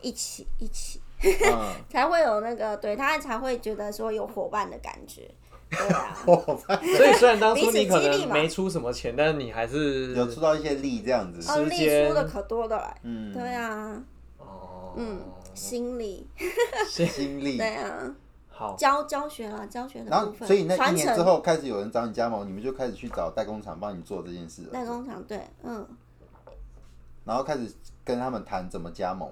S1: 一起一起，
S3: 嗯，
S1: 才会有那个对他才会觉得说有伙伴的感觉，对啊
S3: 哦，
S2: 所以虽然当初
S1: 彼此
S2: 你可
S1: 激励
S2: 能
S1: 嘛
S2: 没出什么钱，但是你还是
S3: 有出到一些力这样子，
S1: 哦，
S2: 时
S1: 力
S2: 间
S1: 出的可多的了，
S3: 嗯，
S1: 对啊，
S2: 哦，
S1: 嗯，心理，
S3: 心力。
S1: 对啊，
S2: 好，
S1: 教教学啦，教学
S3: 然
S1: 的部
S3: 后，
S1: 分，
S3: 所以那一
S1: 传
S3: 年
S1: 承
S3: 之后开始有人找你加盟，你们就开始去找代工厂帮你做这件事了，
S1: 代工厂，对，嗯，
S3: 然后开始跟他们谈怎么加盟。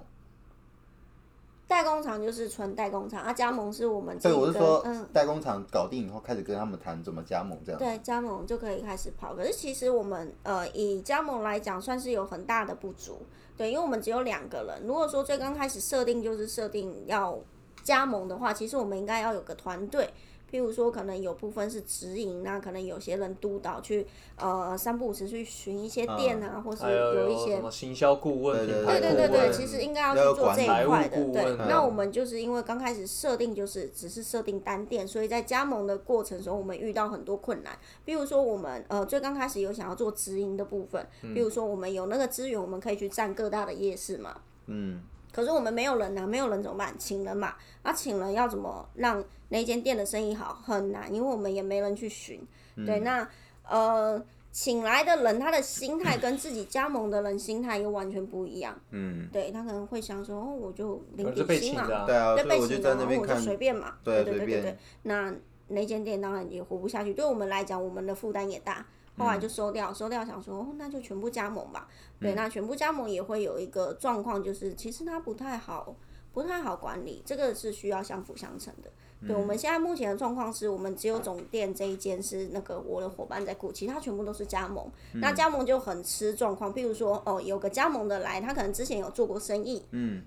S1: 代工厂就是纯代工厂，啊，加盟是我们自
S3: 所以
S1: 己
S3: 我是
S1: 跟
S3: 说
S1: 嗯，，
S3: 代工厂搞定以后，开始跟他们谈怎么加盟这样。
S1: 对，加盟就可以开始跑。可是其实我们呃，以加盟来讲，算是有很大的不足。对，因为我们只有两个人。如果说最刚开始设定就是设定要加盟的话，其实我们应该要有个团队。譬如说，可能有部分是直营那可能有些人督导去呃三不五时去巡一些店啊，或是
S2: 还有
S1: 有一
S2: 什
S1: 些
S2: 么行销顾问、
S3: 对对
S2: 品牌
S1: 对对对
S2: 顾问
S1: 对，其实应该
S3: 要
S1: 要
S3: 有
S1: 去做
S3: 管
S1: 这
S3: 理
S1: 一块的
S2: 财务。顾
S1: 对
S2: 问，
S1: 那我们就是因为刚开始设定就是只是设定单店，所以在加盟的过程中，我们遇到很多困难。比如说我们呃最刚开始有想要做直营的部分，比如说我们有那个资源，我们可以去占各大的夜市嘛。
S3: 嗯，
S1: 可是我们没有人呐、啊没有人怎么办？请人嘛，啊，请人要怎么让那间店的生意好很难，因为我们也没人去寻。对，那呃，请来的人他的心态跟自己加盟的人心态又完全不一样。
S3: 嗯，
S1: 对他可能会想说，哦，我就
S2: 可
S1: 领
S2: 能是
S1: 底
S2: 被
S1: 薪
S2: 请
S1: 嘛，
S2: 的啊
S3: 对啊，
S1: 对
S3: 所以
S1: 被
S3: 我
S1: 请的，
S3: 就在
S1: 然
S3: 那
S1: 后
S3: 边
S1: 我就
S3: 看，
S1: 随便嘛，
S3: 对
S1: 对
S3: 啊
S1: 对
S3: 随
S1: 对对对
S3: 便。
S1: 那那间店当然也活不下去，对我们来讲，我们的负担也大。后
S3: 嗯
S1: 来就收掉，收掉想说，哦，那就全部加盟吧。对，那全部加盟也会有一个状况，就是其实它不太好，不太好管理，这个是需要相辅相成的。对，我
S3: 嗯
S1: 们现在目前的状况是我们只有总店这一间是那个我的伙伴在顾，其他全部都是加盟。
S3: 嗯
S1: 那加盟就很吃状况，譬如说，哦，有个加盟的来，他可能之前有做过生意，
S3: 嗯，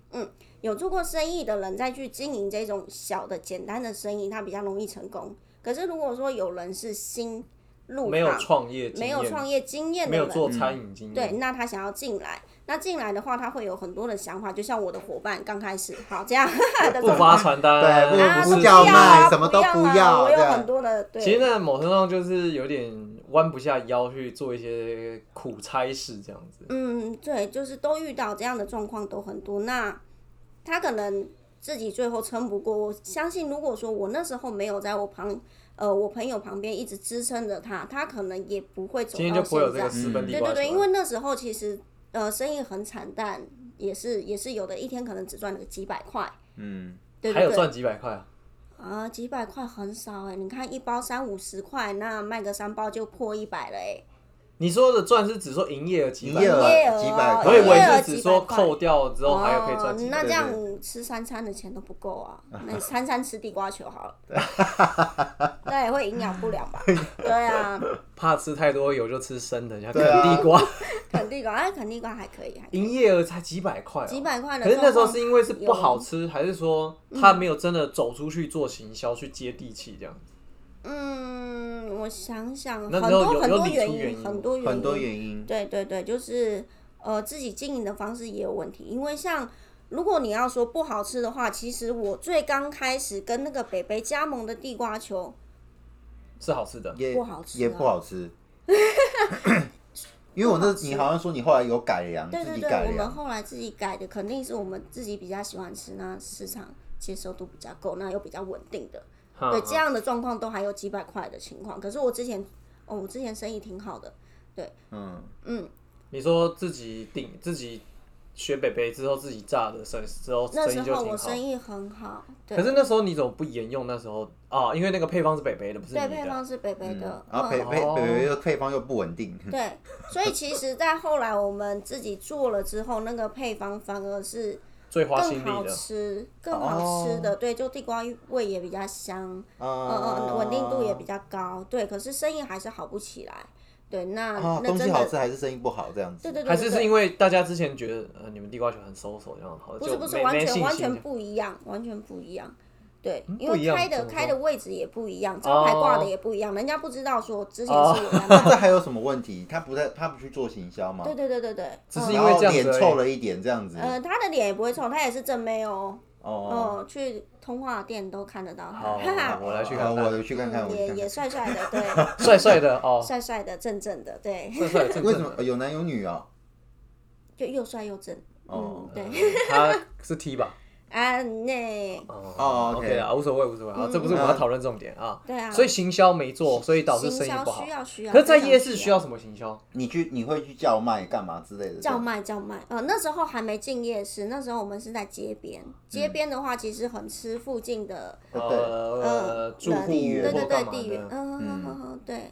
S1: 有做过生意的人再去经营这种小的简单的生意，他比较容易成功。可是如果说有人是新入行，
S2: 没有创业经
S1: 没
S2: 验，
S1: 有创业经验
S2: 没
S1: 的
S2: 有
S1: 人，
S2: 做餐饮经
S1: 对，
S2: 验，
S1: 那他想要进来，那进来的话，他会有很多的想法，就像我的伙伴刚开始，好这样 (laughs) 的
S2: 不
S1: 状
S2: 发
S1: 况
S2: 传单
S3: 对不
S1: 啊，
S2: 啊，
S1: 都不
S2: 是
S3: 叫
S1: 要啊，
S3: 卖什么都
S1: 不
S3: 不要
S1: 啊，我有
S3: 这样
S1: 很多的对。
S2: 其实那某程度上就是有点弯不下腰去做一些苦差事这样子。
S1: 嗯，对，就是都遇到这样的状况都很多。那他可能自己最后撑不过，我相信如果说我那时候没有在我旁，呃，我朋友旁边一直支撑着他，他可能也不会走
S2: 今天
S1: 到
S2: 就不会有
S1: 现
S2: 这个
S1: 在。
S2: 私奔地
S1: 对
S2: 瓜
S1: 对
S2: 球
S1: 对，因
S2: 了
S1: 为那时候其实呃生意很惨淡，也是也是有的，一天可能只赚了几百块。
S3: 嗯，
S1: 对
S2: 还
S1: 对
S2: 有
S1: 对，
S2: 赚几百块啊，
S1: 啊，几百块很少哎、你看一包三五十块，那卖个三包就破一百了哎、
S2: 你说的赚是指说营业额哎几百
S3: 营业额
S2: 块，
S1: 营业额
S3: 几百
S1: 哦
S3: 块
S2: 我以
S1: 营业
S2: 为
S1: 额
S2: 是指
S1: 几
S2: 说
S1: 百块
S2: 扣掉之后还有可以赚几
S1: 哦。
S2: 百
S1: 那这
S2: 块。
S1: 样吃三餐的钱都不够啊，那你三餐吃地瓜球好了，
S2: (laughs)
S1: 那也会营养不良吧？对啊，
S2: 怕吃太多油就吃生的，像啃
S3: 对啊
S2: 地瓜，
S1: 啃地瓜，哎，啃地瓜还可以，还可以
S2: 营业额才几百块哦。
S1: 几百块的
S2: 可是那时候
S1: 状况
S2: 是因为是不好吃，还是说他没有真的走出去做行销、去接地气这样？
S1: 嗯，我想想，
S2: 那
S1: 很
S2: 时候
S1: 多
S2: 有
S1: 很
S2: 有
S1: 多
S2: 理出
S1: 原
S2: 原
S1: 因，
S2: 因
S1: 很多原因，
S3: 很多原因，
S1: 对对对，就是呃自己经营的方式也有问题，因为像如果你要说不好吃的话，其实我最刚开始跟那个北北加盟的地瓜球，
S2: 是好吃的，
S3: 也
S1: 不好吃啊
S3: 也不好吃。因为我
S1: 很
S3: 那
S1: 好吃
S3: 你好像说你后来有改良，
S1: 对
S3: 自
S1: 对
S3: 己
S1: 对，
S3: 改
S1: 我们
S3: 良，
S1: 后来自己改的，肯定是我们自己比较喜欢吃，那市场接受度比较够，那又比较稳定的。
S2: 哈
S1: 对，
S2: 哈
S1: 这样的状况都还有几百块的情况。可是我之前，哦，我之前生意挺好的，
S3: 嗯，
S1: 嗯，
S2: 你说自己定自己学北北之后自己炸的生之后
S1: 那
S2: 生
S1: 时
S2: 意就
S1: 候
S2: 挺
S1: 我
S2: 好
S1: 生。意很好，对
S2: 可，是那时候你怎么不沿用那时候啊？因为那个配方是北北的，不是你
S1: 对，配
S2: 的。
S1: 方是北北的，
S3: 然后配
S1: 嗯
S3: 配
S2: 哦
S3: 配配配方又不稳定，
S1: 对，所以其实，在后来我们自己做了之后，那个配方反而是
S2: 最花心
S1: 更
S2: 力
S1: 好
S2: 的，
S1: 吃，更好吃的，对，就地瓜味也比较香，嗯
S3: 嗯
S1: 嗯，稳定度也比较高，对，可是生意还是好不起来，对，那、
S3: 啊，
S1: 那
S3: 东
S1: 真
S3: 西好吃
S1: 的，
S3: 还是生意不好这样子，
S1: 对对对对
S2: 还是
S1: 对
S2: 是因为大家之前觉得呃你们地瓜球很收手这样好，
S1: 不是
S2: 就
S1: 不是
S2: 没
S1: 完
S2: 没
S1: 全
S2: 信
S1: 完
S2: 心
S1: 全
S2: 的
S1: 不一样，完全不一样。对
S2: 嗯，
S1: 因
S2: 不一
S1: 为
S2: 样
S1: 开
S2: 怎
S1: 的
S2: 么
S1: 开
S2: 说
S1: 的位置也不一样，招牌挂
S2: 哦
S1: 的也不一样，人家不知道说之前
S2: 哦
S1: 是
S2: (laughs)
S1: 我在
S3: (laughs) 那这
S1: 卖。
S3: 还有什么问题？他不在，他不去做行销吗？
S1: 对对对对对，
S2: 只
S1: 嗯
S2: 是因为这样子而已
S3: 脸臭了一点，这样子。
S1: 呃，他的脸也不会臭，他也是正妹哦。
S3: 哦，
S1: 哦，去通化店都看得到他，
S2: 好，
S1: 哈
S2: 好
S1: 哈，
S2: 我来去
S3: 啊
S2: 看
S3: 我
S2: 看，
S3: 去看看，
S1: 嗯
S3: 我去
S1: 也
S3: 看
S1: 也
S3: 看。
S1: 帅帅的，
S2: (laughs)
S1: 对，
S2: (laughs) 帅帅的
S1: (laughs)
S2: 哦，
S1: 帅帅的，正正的，对，
S2: 帅帅正
S3: 为什
S2: 正的
S3: 么呃有男有女啊？
S1: 就又帅又正，
S3: 哦
S1: 嗯，对，
S2: 他是 T 吧？
S1: 啊，那
S2: 哦
S3: 哦，OK
S2: ，OK 啊，无所谓，无所谓，好，
S1: 嗯
S2: 这不是我们要讨论重点啊。
S1: 对啊，
S2: 所以行销没做，所以导致
S1: 行
S2: 生意
S1: 销
S2: 不好
S1: 需。要需要，
S2: 可是，在
S1: 非常
S2: 夜市
S1: 要
S2: 需要什么行销？
S3: 你去你会去叫卖干嘛之类的？
S1: 叫卖叫卖，呃，那时候还没进夜市，那时候我们是在街边。街边的话，其实很吃附近的，
S3: 对对，
S2: 嗯呃，
S1: 嗯
S2: 住户
S3: 地
S1: 对
S3: 缘
S2: 或
S1: 对
S2: 干
S1: 对，
S2: 嘛
S1: 地缘，
S2: 的。
S1: 嗯哼哼哼，对，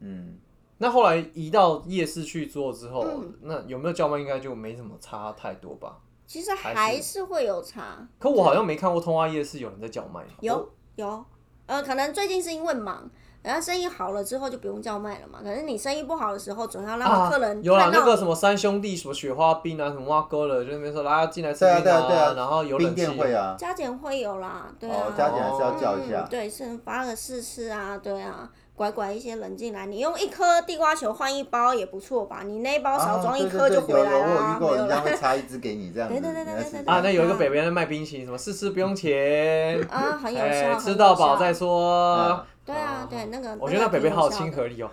S3: 嗯，
S2: 那后来移到夜市去做之后
S1: 嗯，
S2: 那有没有叫卖？应该就没什么差太多吧。
S1: 其实
S2: 还是
S1: 还是会有差，
S2: 可我好像没看过通化夜市有人在叫卖。哦
S1: 有有，呃，可能最近是因为忙，然后生意好了之后就不用叫卖了嘛。可是你生意不好的时候，总要让
S2: 啊
S1: 客人，
S2: 有啦
S1: 看，
S2: 那
S1: 到
S2: 个什么三兄弟，什么雪花冰啊，什么挖沟了，就那边说来进来吃
S3: 对啊
S2: 冰
S3: 对啊对啊，
S2: 然后有
S3: 冰
S2: 冷气
S3: 店，会啊，
S1: 加减会有啦，对
S3: 哦
S1: 啊，，
S3: 加减还是要
S2: 哦
S3: 叫一下
S1: 嗯，。对，是发个试吃啊，对啊，拐拐一些人进来，你用一颗地瓜球换一包也不错吧？你那一包少装一颗就回来
S3: 啊对对对有
S1: 啦、
S3: 有我有遇过
S1: 没有
S3: 人家
S1: 啦。
S3: 会插一支给你这样子，
S1: 对对对对
S3: 你再试
S1: 对对对
S2: 啊，那有一个
S1: 啊
S2: 北边在卖冰淇淋，什么试吃不用钱，
S1: 啊，
S3: (laughs)
S1: 很有效，
S2: 哎，
S1: 很
S2: 吃
S1: 有
S2: 到饱
S1: 效
S2: 再。说
S3: 嗯。
S1: 对啊，对那个，
S2: 我觉得
S1: 那
S2: 那
S1: 个
S2: 北
S1: 挺
S2: 北好
S1: 效
S2: 亲
S1: 的
S2: 和力哦，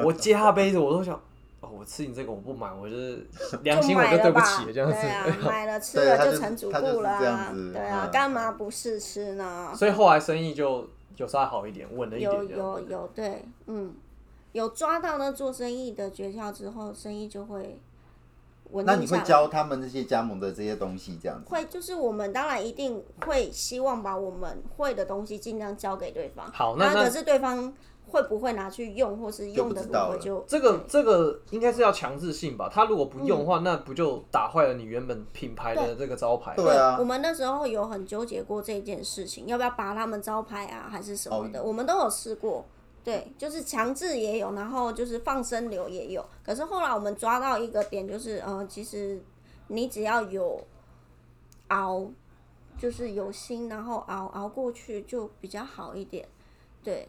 S2: 我接他杯子我都想，哦，我吃你这个我不买，我
S1: (laughs)
S2: 就是良
S1: 就
S2: 心我
S1: 买
S2: 就
S1: 了
S2: 对不
S1: 吧，
S2: 起这样
S1: 对啊，
S2: 子。
S1: 买了吃
S3: (laughs) 对
S1: 了
S3: 他
S1: 就
S3: 就是
S1: 成主
S3: 他就是
S1: 顾了啊
S3: 这样子，
S1: 对啊
S3: 嗯，
S1: 干嘛不试吃呢？
S2: 所以后来生意就有稍微好一点，稳了一
S1: 有
S2: 点这样。
S1: 有有，对，嗯，有抓到那做生意的诀窍之后，生意就会稳定
S3: 那你
S1: 下
S3: 会
S1: 来
S3: 教他们这些加盟的这些东西这样子？
S1: 会就是我们当然一定会希望把我们会的东西尽量交给对方。
S2: 好那那
S1: 可是对方会不会拿去用，或是用的
S3: 就不
S1: 如
S3: 知道
S1: 何
S3: 了
S1: 就
S2: 这个这个应该是要强制性吧？他如果不
S1: 嗯
S2: 用的话，那不就打坏了你原本品牌的这个招牌？
S3: 对啊
S1: 我们那时候有很纠结过这件事情，要不要拔他们招牌啊，还是什么
S2: 哦
S1: 的，我们都有试过。对，就是强制也有，然后就是放生流也有。可是后来我们抓到一个点，就是呃，其实你只要有熬，就是有心，然后熬熬过去就比较好一点。对，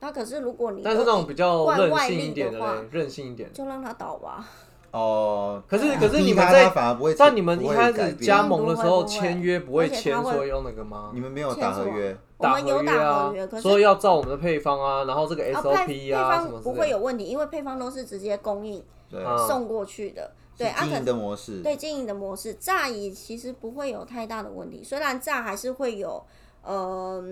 S1: 那可是如果你
S2: 但是那种比较
S1: 惯
S2: 任
S1: 外
S2: 性
S1: 力
S2: 一点的
S1: 的话
S2: 嘞，任性一点的。
S1: 就让它倒吧。
S3: 哦，
S2: 可是
S3: (laughs)
S2: 可是
S3: 逼
S2: 你们
S3: 他
S2: 在
S3: 他反而不会，
S2: 但你们
S3: 不
S2: 一
S3: 会
S2: 开
S3: 改
S2: 始
S3: 变
S2: 加
S1: 不
S2: 盟的
S1: 会
S2: 时候
S1: 不会
S2: 签约不会
S1: 而且
S2: 签
S1: 他会
S2: 说用那个吗
S3: 你？们没有打合约，
S1: 我
S2: 打
S1: 们有
S2: 合约
S1: 打
S2: 啊
S1: 合约，可，是
S2: 说要照我们的配方啊，然后这个
S1: 啊
S2: SOP 啊
S1: 配
S2: 什
S1: 配
S2: 么
S1: 方
S2: 之
S1: 不
S2: 类
S1: 会
S2: 的。
S1: 有问题，因为配方都是直接供应
S3: 对，
S2: 嗯
S1: 送过去的。对，
S3: 是
S1: 啊，
S3: 经
S1: 可
S3: 营的模式，
S1: 对经营的模式，炸也其实不会有太大的问题，虽然炸还是会有呃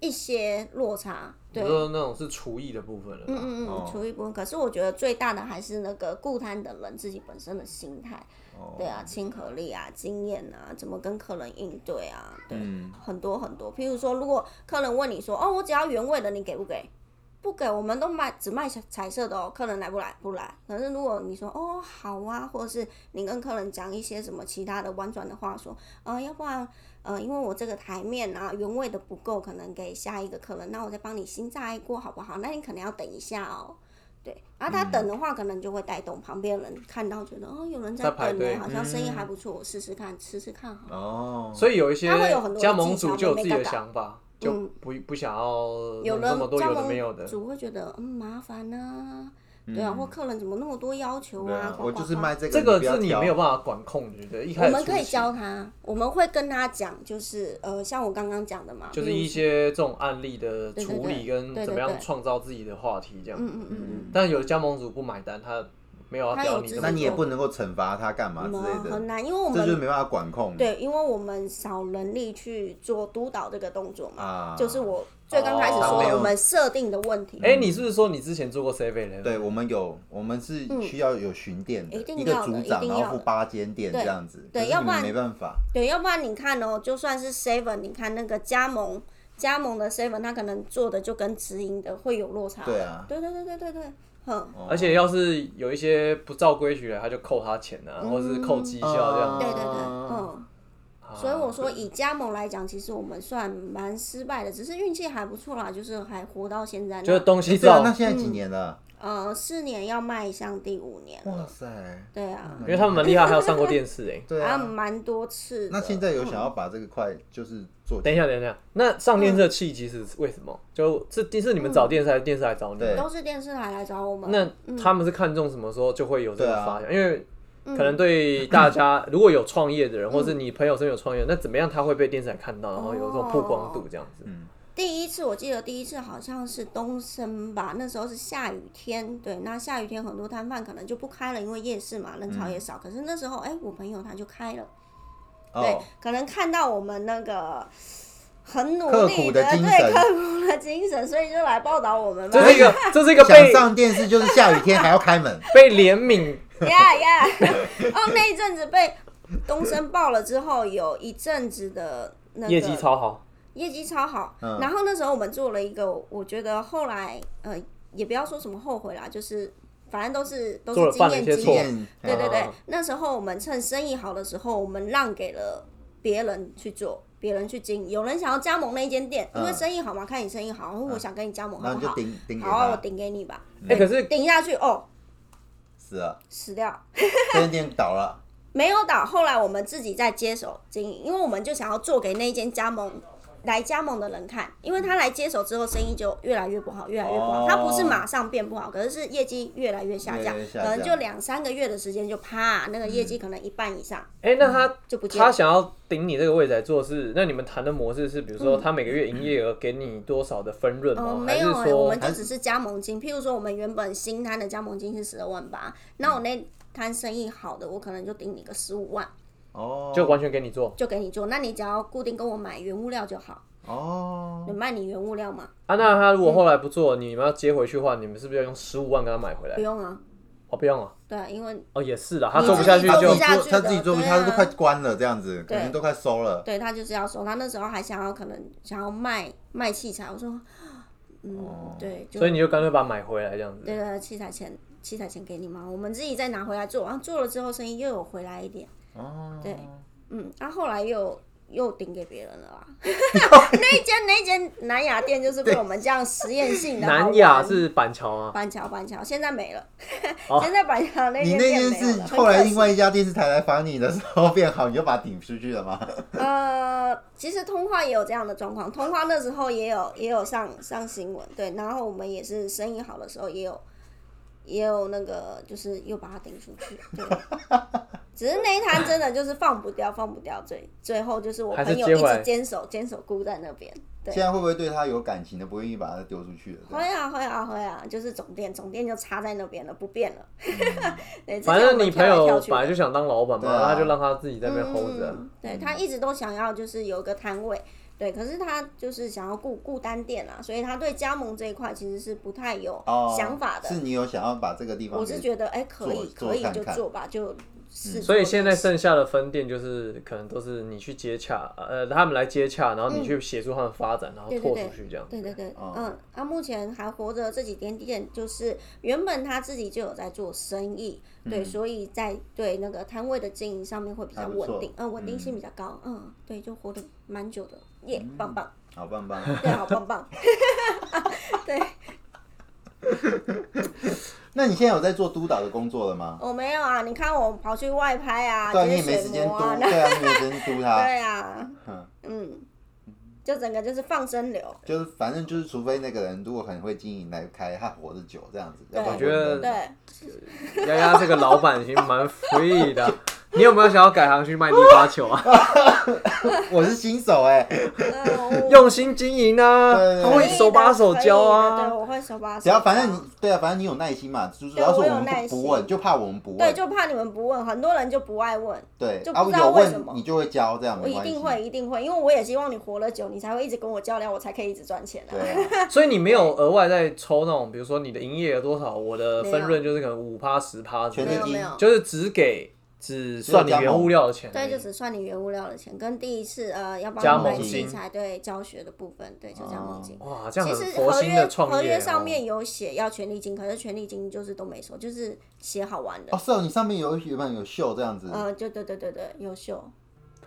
S1: 一些落差，
S2: 你
S1: 对，嗯
S2: 说那种是厨艺的部分了啦。
S1: 嗯嗯，
S3: 哦
S1: 厨艺部分。可是我觉得最大的还是那个顾摊的人自己本身的心态，
S3: 哦
S1: 对啊，亲和力啊，经验啊，怎么跟客人应对啊，对，
S3: 嗯，
S1: 很多很多。譬如说，如果客人问你说，哦，我只要原味的，你给不给？不给，我们都卖只卖彩彩色的哦，客人来不来？不来。可是如果你说哦好啊，或者是你跟客人讲一些什么其他的婉转的话，说，呃，要不然呃，因为我这个台面啊原味的不够，可能给下一个客人，那我再帮你新炸一锅好不好？那你可能要等一下哦。对，然后他等的话，可能就会带动旁边人看到，觉得哦有人
S2: 在排
S1: 等呢、
S2: 队
S1: 好像生意
S3: 嗯
S1: 还不错，我试试看，吃吃看好了。
S3: 哦，
S2: 所以有一些
S1: 它会有很多
S2: 加盟主就有自己的想法，
S1: 技巧
S2: 就
S1: 没
S2: 不不想要
S1: 嗯有
S2: 那么
S1: 人
S2: 多
S1: 加
S2: 有的没有
S1: 盟
S2: 的。
S1: 主会觉得嗯麻烦呐、对啊，或客人怎么那么多要求
S3: 嗯对啊
S1: 啊，，呱
S3: 我
S1: 呱
S3: 就是
S1: 呱
S3: 卖这个，
S2: 这个
S3: 不要
S2: 是你
S3: 挑
S2: 没有办法管控的，对不对？一
S1: 我
S2: 开始
S1: 们可以
S2: 初期
S1: 教他，我们会跟他讲，就是呃，像我刚刚讲的嘛，
S2: 就是
S1: 比如
S2: 一些这种案例的处
S1: 对
S2: 理
S1: 对对
S2: 跟
S1: 对对
S2: 怎么样
S1: 对
S2: 创造自己的话题这样。
S1: 嗯嗯嗯嗯，
S2: 但有的加盟主不买单，他没有要
S1: 他
S2: 屌
S1: 有
S2: 你
S1: 自
S2: 的
S1: 己
S2: 嘛
S3: 那你也
S1: 做
S3: 不能够惩罚他干嘛之
S1: 嗯
S3: 类的
S1: 很，难，因为我
S3: 这就是
S1: 们
S3: 没办法管控。
S1: 对，因为我们少人力去做督导这个动作嘛，
S3: 啊，
S1: 就是我最刚开始
S2: 哦
S1: 说
S3: 没
S1: 的，
S3: 有
S1: 我们设定的问题。
S2: 哎、你是不是说你之前做过 Seven 人？
S3: 对，我们有，我们是需要有巡店的，
S1: 嗯一定
S3: 一个
S1: 要的
S3: 组
S1: 一
S3: 长，
S1: 定
S3: 然
S1: 要
S3: 后付
S1: 的
S3: 八间店
S1: 对
S3: 这样子。
S1: 对
S3: 可是
S1: 要
S3: 你
S1: 不
S3: 们
S1: 然
S3: 没办法。
S1: 对，要不然你看哦，就算是 Seven，你看那个加盟加盟的 Seven，他可能做的就跟直营的会有落差。
S3: 对啊
S1: 对对对对对对，哼，
S3: 哦
S2: 而且要是有一些不照规矩的，他就扣他钱啊，或是扣绩效这样。
S1: 对对对，
S3: 哦
S1: 嗯。
S2: 啊
S1: 所以我说，以加盟来讲，其实我们算蛮失败的，只是运气还不错啦，就是还活到现在。
S2: 就是东西
S3: 对啊，
S2: 照，
S3: 那现在几年了？
S1: 呃，四年要迈向第五年了，
S3: 哇塞！嗯
S1: 对啊，
S2: 因为他们蛮厉害，还有上过电视哎、
S3: 对
S1: 还
S3: 啊，
S1: 蛮多次的。
S3: 那现在有想要把这个块就是做
S2: 等一下，等一下，那上电视的契机是为什么？就是电视你们找电视，还是电视来找你们？
S3: 嗯对
S1: 都是电视台来找我们。
S2: 那他们是看中什么时候就会有这个发
S3: 啊
S2: 想？因为
S1: 嗯
S2: 可能对
S3: (laughs)
S2: 大家，如果有创业的人，或是你朋友身边有创业，那怎么样他会被电视台看到，然后有这种曝光度这样
S3: 嗯
S2: 子？
S1: 第一次我记得第一次好像是东升吧，那时候是下雨天，对，那下雨天很多摊贩可能就不开了，因为夜市嘛，人潮也少。可是那时候，哎、我朋友他就开了，对
S3: 哦，，
S1: 可能看到我们那个很努
S3: 刻
S1: 力
S3: 苦的精
S1: 对
S3: 神
S1: 刻苦的精神，所以就来报道我们嘛
S2: 这。是一个，这是一个
S3: 哎想
S2: 被
S3: 上电视就是下雨天还要
S1: (laughs)
S3: 开门，
S2: 被怜悯
S1: 呀呀！ (laughs) 哦，那一阵子被东升爆了之后，有一阵子的那个
S2: (laughs) 业绩超好，
S1: 业绩超好。
S3: 嗯
S1: 然后那时候我们做了一个，我觉得后来呃，也不要说什么后悔啦，就是反正都是都是
S2: 做了
S1: 经
S2: 犯了一
S1: 验
S2: 些
S1: 经
S2: 错
S1: 验。
S3: 嗯
S1: 对对对
S2: 啊，
S1: 那时候我们趁生意好的时候，我们让给了别人去做。别人去经营，有人想要加盟那一间店，因为
S3: 嗯
S1: 生意好嘛，看你生意好，然后我想跟你加盟，好
S3: 然后
S1: 不
S3: 就
S1: 好？
S3: 顶顶给
S1: 好啊，我
S3: 他，
S1: 顶给你吧。
S2: 哎、可是
S1: 顶下去哦，
S3: 是啊，
S1: 死掉。
S3: 这间店倒了，
S1: 没有倒，后来我们自己再接手经营，因为我们就想要做给那一间加盟来加盟的人看，因为他来接手之后，生意就越来越不好，越来越不好。
S3: 哦
S1: 他不是马上变不好，可是是业绩越来越下降，
S3: 越来越下降
S1: 可能就两三个月的时间就啪，那个业绩可能一半以上。
S2: 哎、那他
S3: 嗯
S1: 就不见了
S2: 他想要顶你这个位置来做事，那你们谈的模式是，比如
S3: 嗯
S2: 说他每个月营业额给你多少的分润吗？
S1: 嗯，
S2: 还
S1: 没
S2: 是
S1: 有哎、我
S2: 说
S1: 们就只是加盟金。譬如说，我们原本新摊的加盟金是十二万八，那我那摊生意好的，我可能就顶你个十五万，
S3: 哦，
S2: 就完全给你做？
S1: 就给你做。那你只要固定跟我买原物料就好，
S3: 哦
S1: 我，卖你原物料嘛，
S2: 啊，那他如果后来不做，你们要接回去的话，你们是不是要用十五万给他买回来
S1: 不？用啊。
S2: 哦，不用啊，
S1: 对啊，因为
S2: 哦也是啦，他
S1: 你
S2: 做不下去
S1: 自己
S2: 就
S1: 做下去
S3: 他
S1: 的
S3: 自己做不，
S1: 对
S3: 他
S1: 啊
S3: 都快关了这样子，可
S1: 对啊
S3: 能都快收了，
S1: 对他就是要收，他那时候还想要可能想要卖卖器材，我说，嗯，
S3: 哦
S1: 对，就
S2: 所以你就干脆把它买回来这样子。
S1: 对对器材钱器材钱给你嘛，我们自己再拿回来做，然后做了之后生意又有回来一点，
S3: 哦，
S1: 对嗯，然、后后来又又顶给别人了啦， (laughs) 那一间那一间南雅店就是被我们这样实验性的
S2: 南雅是板桥啊，
S1: 板桥板桥，现在没了，
S2: 哦
S1: 现在板桥那
S3: 你
S1: 间
S3: 那
S1: 店哎
S3: 件
S1: 没有
S3: 事
S1: 了，
S3: 后来
S1: 很可惜
S3: 另外一家电视台来访你的时候 (laughs) 变好，你就把它顶出去了吗？
S1: 呃，其实通话也有这样的状况，通话那时候也有也有上上新闻，对，然后我们也是生意好的时候也有也有那个就是又把它顶出去，对。
S2: (laughs)
S1: 只是那一摊真的就是放不掉，放不掉，最最后就是我
S2: 还是
S1: 朋友
S2: 接
S1: 一
S2: 回来
S1: 直坚守坚守孤在那边，对
S3: (laughs) 现，在会不会对他有感情的不愿意把它丢出去了？
S1: 会啊会啊会啊，就是总店总店就插在那边了，不变了。 (laughs)
S3: 嗯
S1: 对，之前
S2: 反正
S1: 我们
S2: 你
S1: 跳
S2: 朋
S1: 来跳
S2: 友
S1: 去
S2: 本来
S1: 的
S2: 就想当老板嘛，
S3: 对啊
S2: 他就让他自己在那边 hold 着。
S1: 嗯、对他一直都想要就是有一个摊位，对，可是他就是想要顾顾单店啊，所以他对加盟这一块其实是不太有
S3: 哦，
S1: 想法的。
S3: 是你有想要把这个地方给，
S1: 我是觉得哎、可以
S3: 做
S1: 可以
S3: 看
S1: 就
S3: 看嗯
S1: 做吧，就是、
S2: 所以现在剩下的分店就是可能都是你去接洽，呃，他们来接洽，然后你去协助他们发展，然后
S1: 对
S2: 拓
S1: 对
S2: 出
S1: 对
S2: 去这样。
S1: 对对对，
S3: 哦
S1: 嗯，啊，目前还活着这几间店，就是原本他自己就有在做生意，对，所以在对那个摊位的经营上面会比较
S3: 嗯还不错
S1: 稳定，嗯，稳定性比较高，嗯对，就活得蛮久的，耶、
S3: 嗯
S1: 棒棒，
S3: 好棒棒。
S1: 对，好棒棒， (laughs) 对。
S3: 那你现在有在做督导的工作了吗？
S1: 我没有啊，你看我跑去外拍啊，
S3: 对啊，
S1: 接
S3: 你也没时
S1: 水
S3: 间督，
S1: 膜啊，那
S3: 对啊，你也没时间督他。
S1: (laughs) 对啊，
S3: 嗯，
S1: 嗯，就整个就是放生流，
S3: 就是反正就是，除非那个人如果很会经营来开，他活得久这样子。
S1: 对
S3: 要不然
S2: 我觉得
S3: 没办法
S1: 对，
S2: 丫丫这个老板其实蛮 free 的，你有没有想要改行去卖地瓜
S1: (laughs)
S2: 球啊？
S3: 我是新手哎、
S1: 呃
S2: 用心经营啊，
S3: 对
S2: 他
S1: 我
S2: 会手把手教
S1: 可以的对，
S2: 啊。
S1: 我会手把手教。
S3: 只要反正你对啊，反正你有耐心嘛，主主
S1: 对
S3: 要是
S1: 我有
S3: 我们
S1: 耐心
S3: 不不问，就怕我们不
S1: 对，
S3: 问，
S1: 就怕你们不问，很多人就不爱问。
S3: 对，
S1: 就
S3: 啊
S1: 不知道
S3: 有
S1: 为什
S3: 问
S1: 么
S3: 你就会教，这样
S1: 我
S3: 没
S1: 一
S3: 关系。
S1: 定会，一定会，因为我也希望你活了久，你才会一直跟我较量，我才可以一直赚钱 (laughs) 啊。
S3: 对啊，
S2: 所以你没有额外再抽那种，比如说你的营业额多少，我的
S1: 没
S2: 分
S1: 有
S2: 润就是可能五趴十趴之类
S1: 没
S3: 全
S1: 有
S3: 身
S2: 的，
S1: 没
S3: 金
S1: 有，
S2: 就是只给只算你原物料的钱而
S1: 对，
S2: 已。
S1: 就只算你原物料的钱，跟第一次呃要
S2: 加
S1: 帮你
S2: 盟
S1: 买器
S2: 金
S1: 材对教学的部分，对，就加盟金。
S3: 哦
S2: 哇，这样
S1: 其
S2: 很
S1: 实
S2: 佛
S1: 合
S2: 心
S1: 约
S2: 的创业、哦。
S1: 合约上面有写要权利金，可是权利金就是都没收，就是写好玩的
S3: 哦，。是哦，你上面有原本有秀这样子，
S1: 嗯，就对对对对，优秀。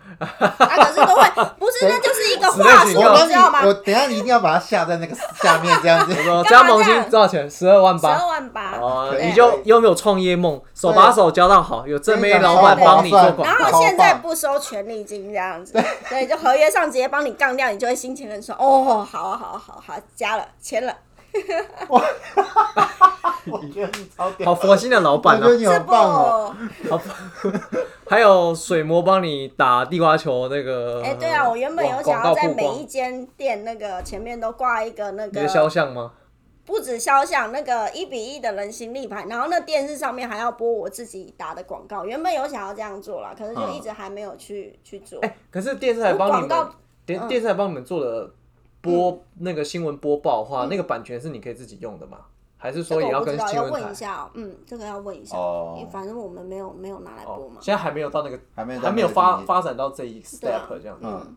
S1: (laughs) 啊，可是都会，不是，那就是一个话术，
S2: 我告
S3: 我
S2: 诉
S1: 你知道吗？
S3: 我等一下你一定要把它下在那个 (laughs) 下面这样子。
S2: (laughs) 我
S1: 干嘛
S2: 说呃加盟
S1: 这
S2: 金
S1: 样
S2: 多少钱？十二万
S1: 十
S2: 八。
S1: 二万八，
S2: 哦，
S3: 对
S2: 你就又没有创业梦，手把手教到好，有正妹
S3: 真的
S2: 老板
S1: 对
S2: 帮你做广
S1: 然
S2: 告。
S1: (laughs) 后现在不收权利金这样子，对，就合约上直接帮你杠掉，你就会心情很爽。哦，好啊好啊好啊好啊，加了签了，
S3: (laughs) 我觉得你超屌，
S2: 好佛心的老
S3: 我
S2: 板
S3: 觉
S2: 哦、
S3: 得你好
S1: 这不
S3: 棒哦。
S2: 还有水魔帮你打地瓜球那个。
S1: 哎、对啊，我原本有想要
S2: 广告
S1: 在
S2: 曝
S1: 每
S2: 光
S1: 一间店那个前面都挂一个那
S2: 你的肖
S1: 个，
S2: 像吗？
S1: 不止肖像，那个一比一的人形立牌，然后那电视上面还要播我自己打的广告。原本有想要这样做啦，可是就
S3: 嗯
S1: 一直还没有去、去做。
S2: 哎、可是电视台帮
S1: 广
S2: 你
S1: 告嗯
S2: 们，电电视台帮你们做的播、那个新闻播报的话，那个版权是你可以自己用的吗？还是
S1: 嗯这
S2: 说
S1: 个
S2: 也
S1: 我不
S2: 跟
S1: 知道，
S2: 新
S1: 要
S2: 闻
S1: 问一
S2: 台？
S1: 下哦、嗯，这个要问一下，
S3: 哦
S1: 因为反正我们没有没有拿来播
S2: 哦
S1: 嘛，，
S2: 现在还没有到那个，
S3: 还没有到
S2: 还没有
S3: 那个
S2: 发
S3: 境界
S2: 发展到这一
S1: 对啊
S2: step 这样子。
S1: 嗯，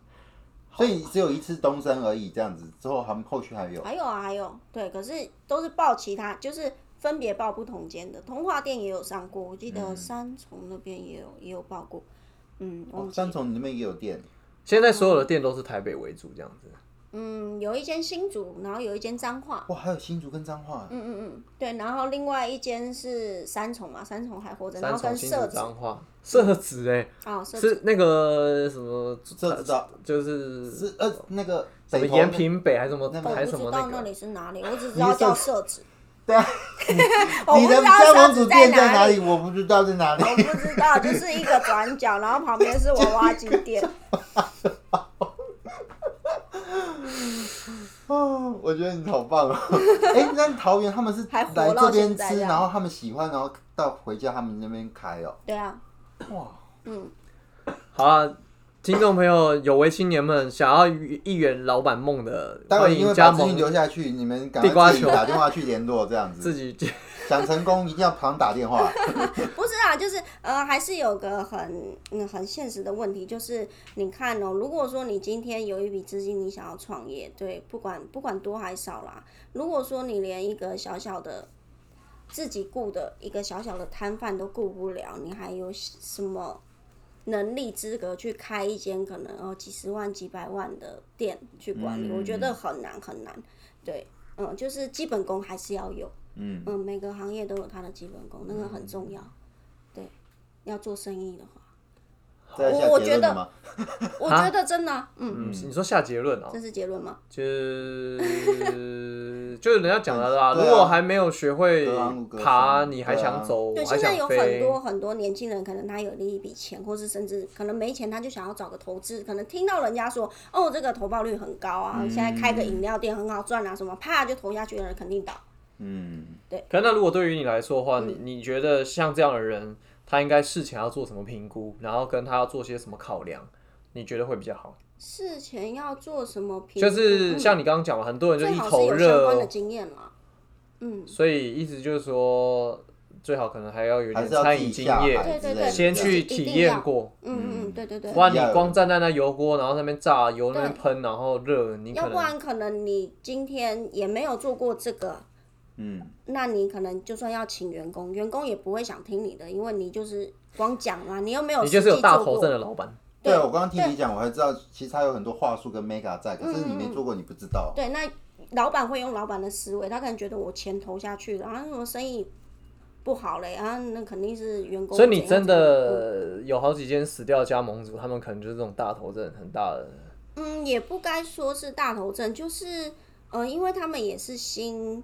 S3: 所以只有一次东升而已，这样子之后他们后续还有。
S1: 还有啊还有，对，可是都是报其他，就是分别报不同间的，童话店也有上过，我记
S2: 嗯
S1: 得三重那边也有也有报过，嗯，忘
S3: 哦，
S1: 记了
S3: 三重你那边也有店，
S2: 现在所有的店都是台北为主这样子。
S1: 嗯，有一间新竹，然后有一间彰化，
S3: 哇，还有新竹跟彰化，
S1: 嗯嗯嗯，对，然后另外一间是三重嘛，三重还活着，然
S2: 三
S1: 后
S2: 重
S1: 跟
S2: 新
S1: 社
S2: 竹
S1: 子啊
S2: 彰化，社子哎、，
S1: 哦社子
S2: 是那个什么
S3: 这知道
S2: 就是什
S3: 是呃那个
S2: 么
S3: 北投
S2: 延平北还是什么
S3: 那边
S1: 我
S2: 还
S1: 不
S2: 是什么
S1: 知道那
S2: 个
S1: 里是哪里，我只知
S3: 你
S1: 道
S3: 是
S1: 叫
S3: 社
S1: 社子，哦
S3: 对啊，
S1: 我
S3: 你
S1: 不
S3: 的
S1: 知
S3: 加
S1: 道
S3: 盟
S1: 社
S3: 主
S1: 子在
S3: 店在哪
S1: 里。
S3: 里？我不知道在哪里。
S1: 我不知道，就是一个转角，然后旁边是娃娃机店。
S3: 哦，我觉得你好棒哦。 (laughs) 哎，那桃园他们是
S1: 还活到
S3: 来这边
S1: 现在这
S3: 吃，
S1: 样
S3: 然后他们喜欢，然后到回家他们那边开哦。
S1: 对啊，
S3: 哇，
S1: 嗯，
S2: 好啊，听众朋友，有为青年们想要一圆老板梦的，
S3: 待会
S2: 欢
S3: 因为
S2: 迎
S3: 把
S2: 加
S3: 资讯
S2: 盟
S3: 留下去，你们赶
S2: 地瓜
S3: 快自己
S2: 球
S3: 打电话去联络，这样
S2: 自
S3: 子
S2: (laughs) 己。
S3: 想成功一定要常打电
S2: (laughs)
S3: 话。
S1: (laughs) 不是啊，就是呃，还是有个很嗯很现实的问题，就是你看哦，如果说你今天有一笔资金，你想要创业，对，不管不管多还少啦，如果说你连一个小小的自己雇的一个小小的摊贩都顾不了，你还有什么能力资格去开一间可能哦几十万、几百万的店去管理？
S3: 嗯
S1: 我觉得很难很难。对，嗯，就是基本功还是要有。
S3: 嗯，
S1: 嗯，每个行业都有它的基本功，那个很重要。
S2: 嗯
S1: 对，要做生意的话，
S3: 再下
S1: 我我
S3: 结
S1: 觉
S3: 论
S1: 得
S3: 了吗？
S1: 我觉得真的啊，嗯，
S2: 嗯，你说下结论啊、
S1: 这是结论吗？
S2: 就是就是人家讲的啦、
S3: 嗯对啊
S2: 如果还没有学会
S3: 隔行如隔
S2: 爬，
S3: 山
S2: 你还想走，
S3: 啊
S1: 对，
S2: 我还
S1: 现在
S2: 想
S1: 有很
S2: 飞。
S1: 多很多年轻人，可能他有了一笔钱，或是甚至可能没钱，他就想要找个投资。可能听到人家说，哦，这个投报率很高啊，
S2: 嗯
S1: 现在开个饮料店很好赚啊，什么啪就投下去的人肯定倒。
S3: 嗯，
S2: 可那如果对于你来说的话，你你觉得像这样的人，他应该事前要做什么评估，然后跟他要做些什么考量？你觉得会比较好？
S1: 事前要做什么评估？
S2: 就是
S1: 嗯
S2: 像你刚刚讲嘛，很多人就
S1: 最
S2: 一
S1: 好是
S2: 头
S1: 有相关的
S2: 热，
S1: 经验啦。嗯，
S2: 所以意思就是说，最好可能还要有一
S3: 还
S2: 点
S3: 是要
S2: 餐
S3: 自
S2: 饮
S3: 己
S2: 经
S3: 下啊
S2: 验，
S3: 海之类
S1: 对
S3: 的
S2: 先去
S1: 自己一定
S2: 体
S1: 要
S2: 验过。
S1: 嗯嗯嗯，对对对。
S2: 不然你
S3: 要有
S2: 光站在那油锅，然后在那边炸油，那边
S1: 对
S2: 喷，然后热，你
S1: 要
S2: 可
S1: 不
S2: 能
S1: 然可能你今天也没有做过这个，
S3: 嗯，
S1: 那你可能就算要请员工，员工也不会想听你的，因为你就是光讲嘛，你又没有
S2: 你就
S1: 实
S2: 是有
S1: 际
S2: 大
S1: 做
S2: 头
S1: 过
S2: 症的老板。
S3: 对，我刚刚听你讲，我还知道其实它有很多话术跟 mega 在，可是你没做过，你不知道。
S1: 嗯对，那老板会用老板的思维，他可能觉得我钱投下去了，然啊后什么生意不好嘞，啊，那肯定是员工
S2: 所
S1: 怎
S2: 以
S1: 样怎样。
S2: 你真的有好几间死掉的加盟主，他们可能就是这种大头症很大的。
S1: 嗯，也不该说是大头症，就是呃，因为他们也是新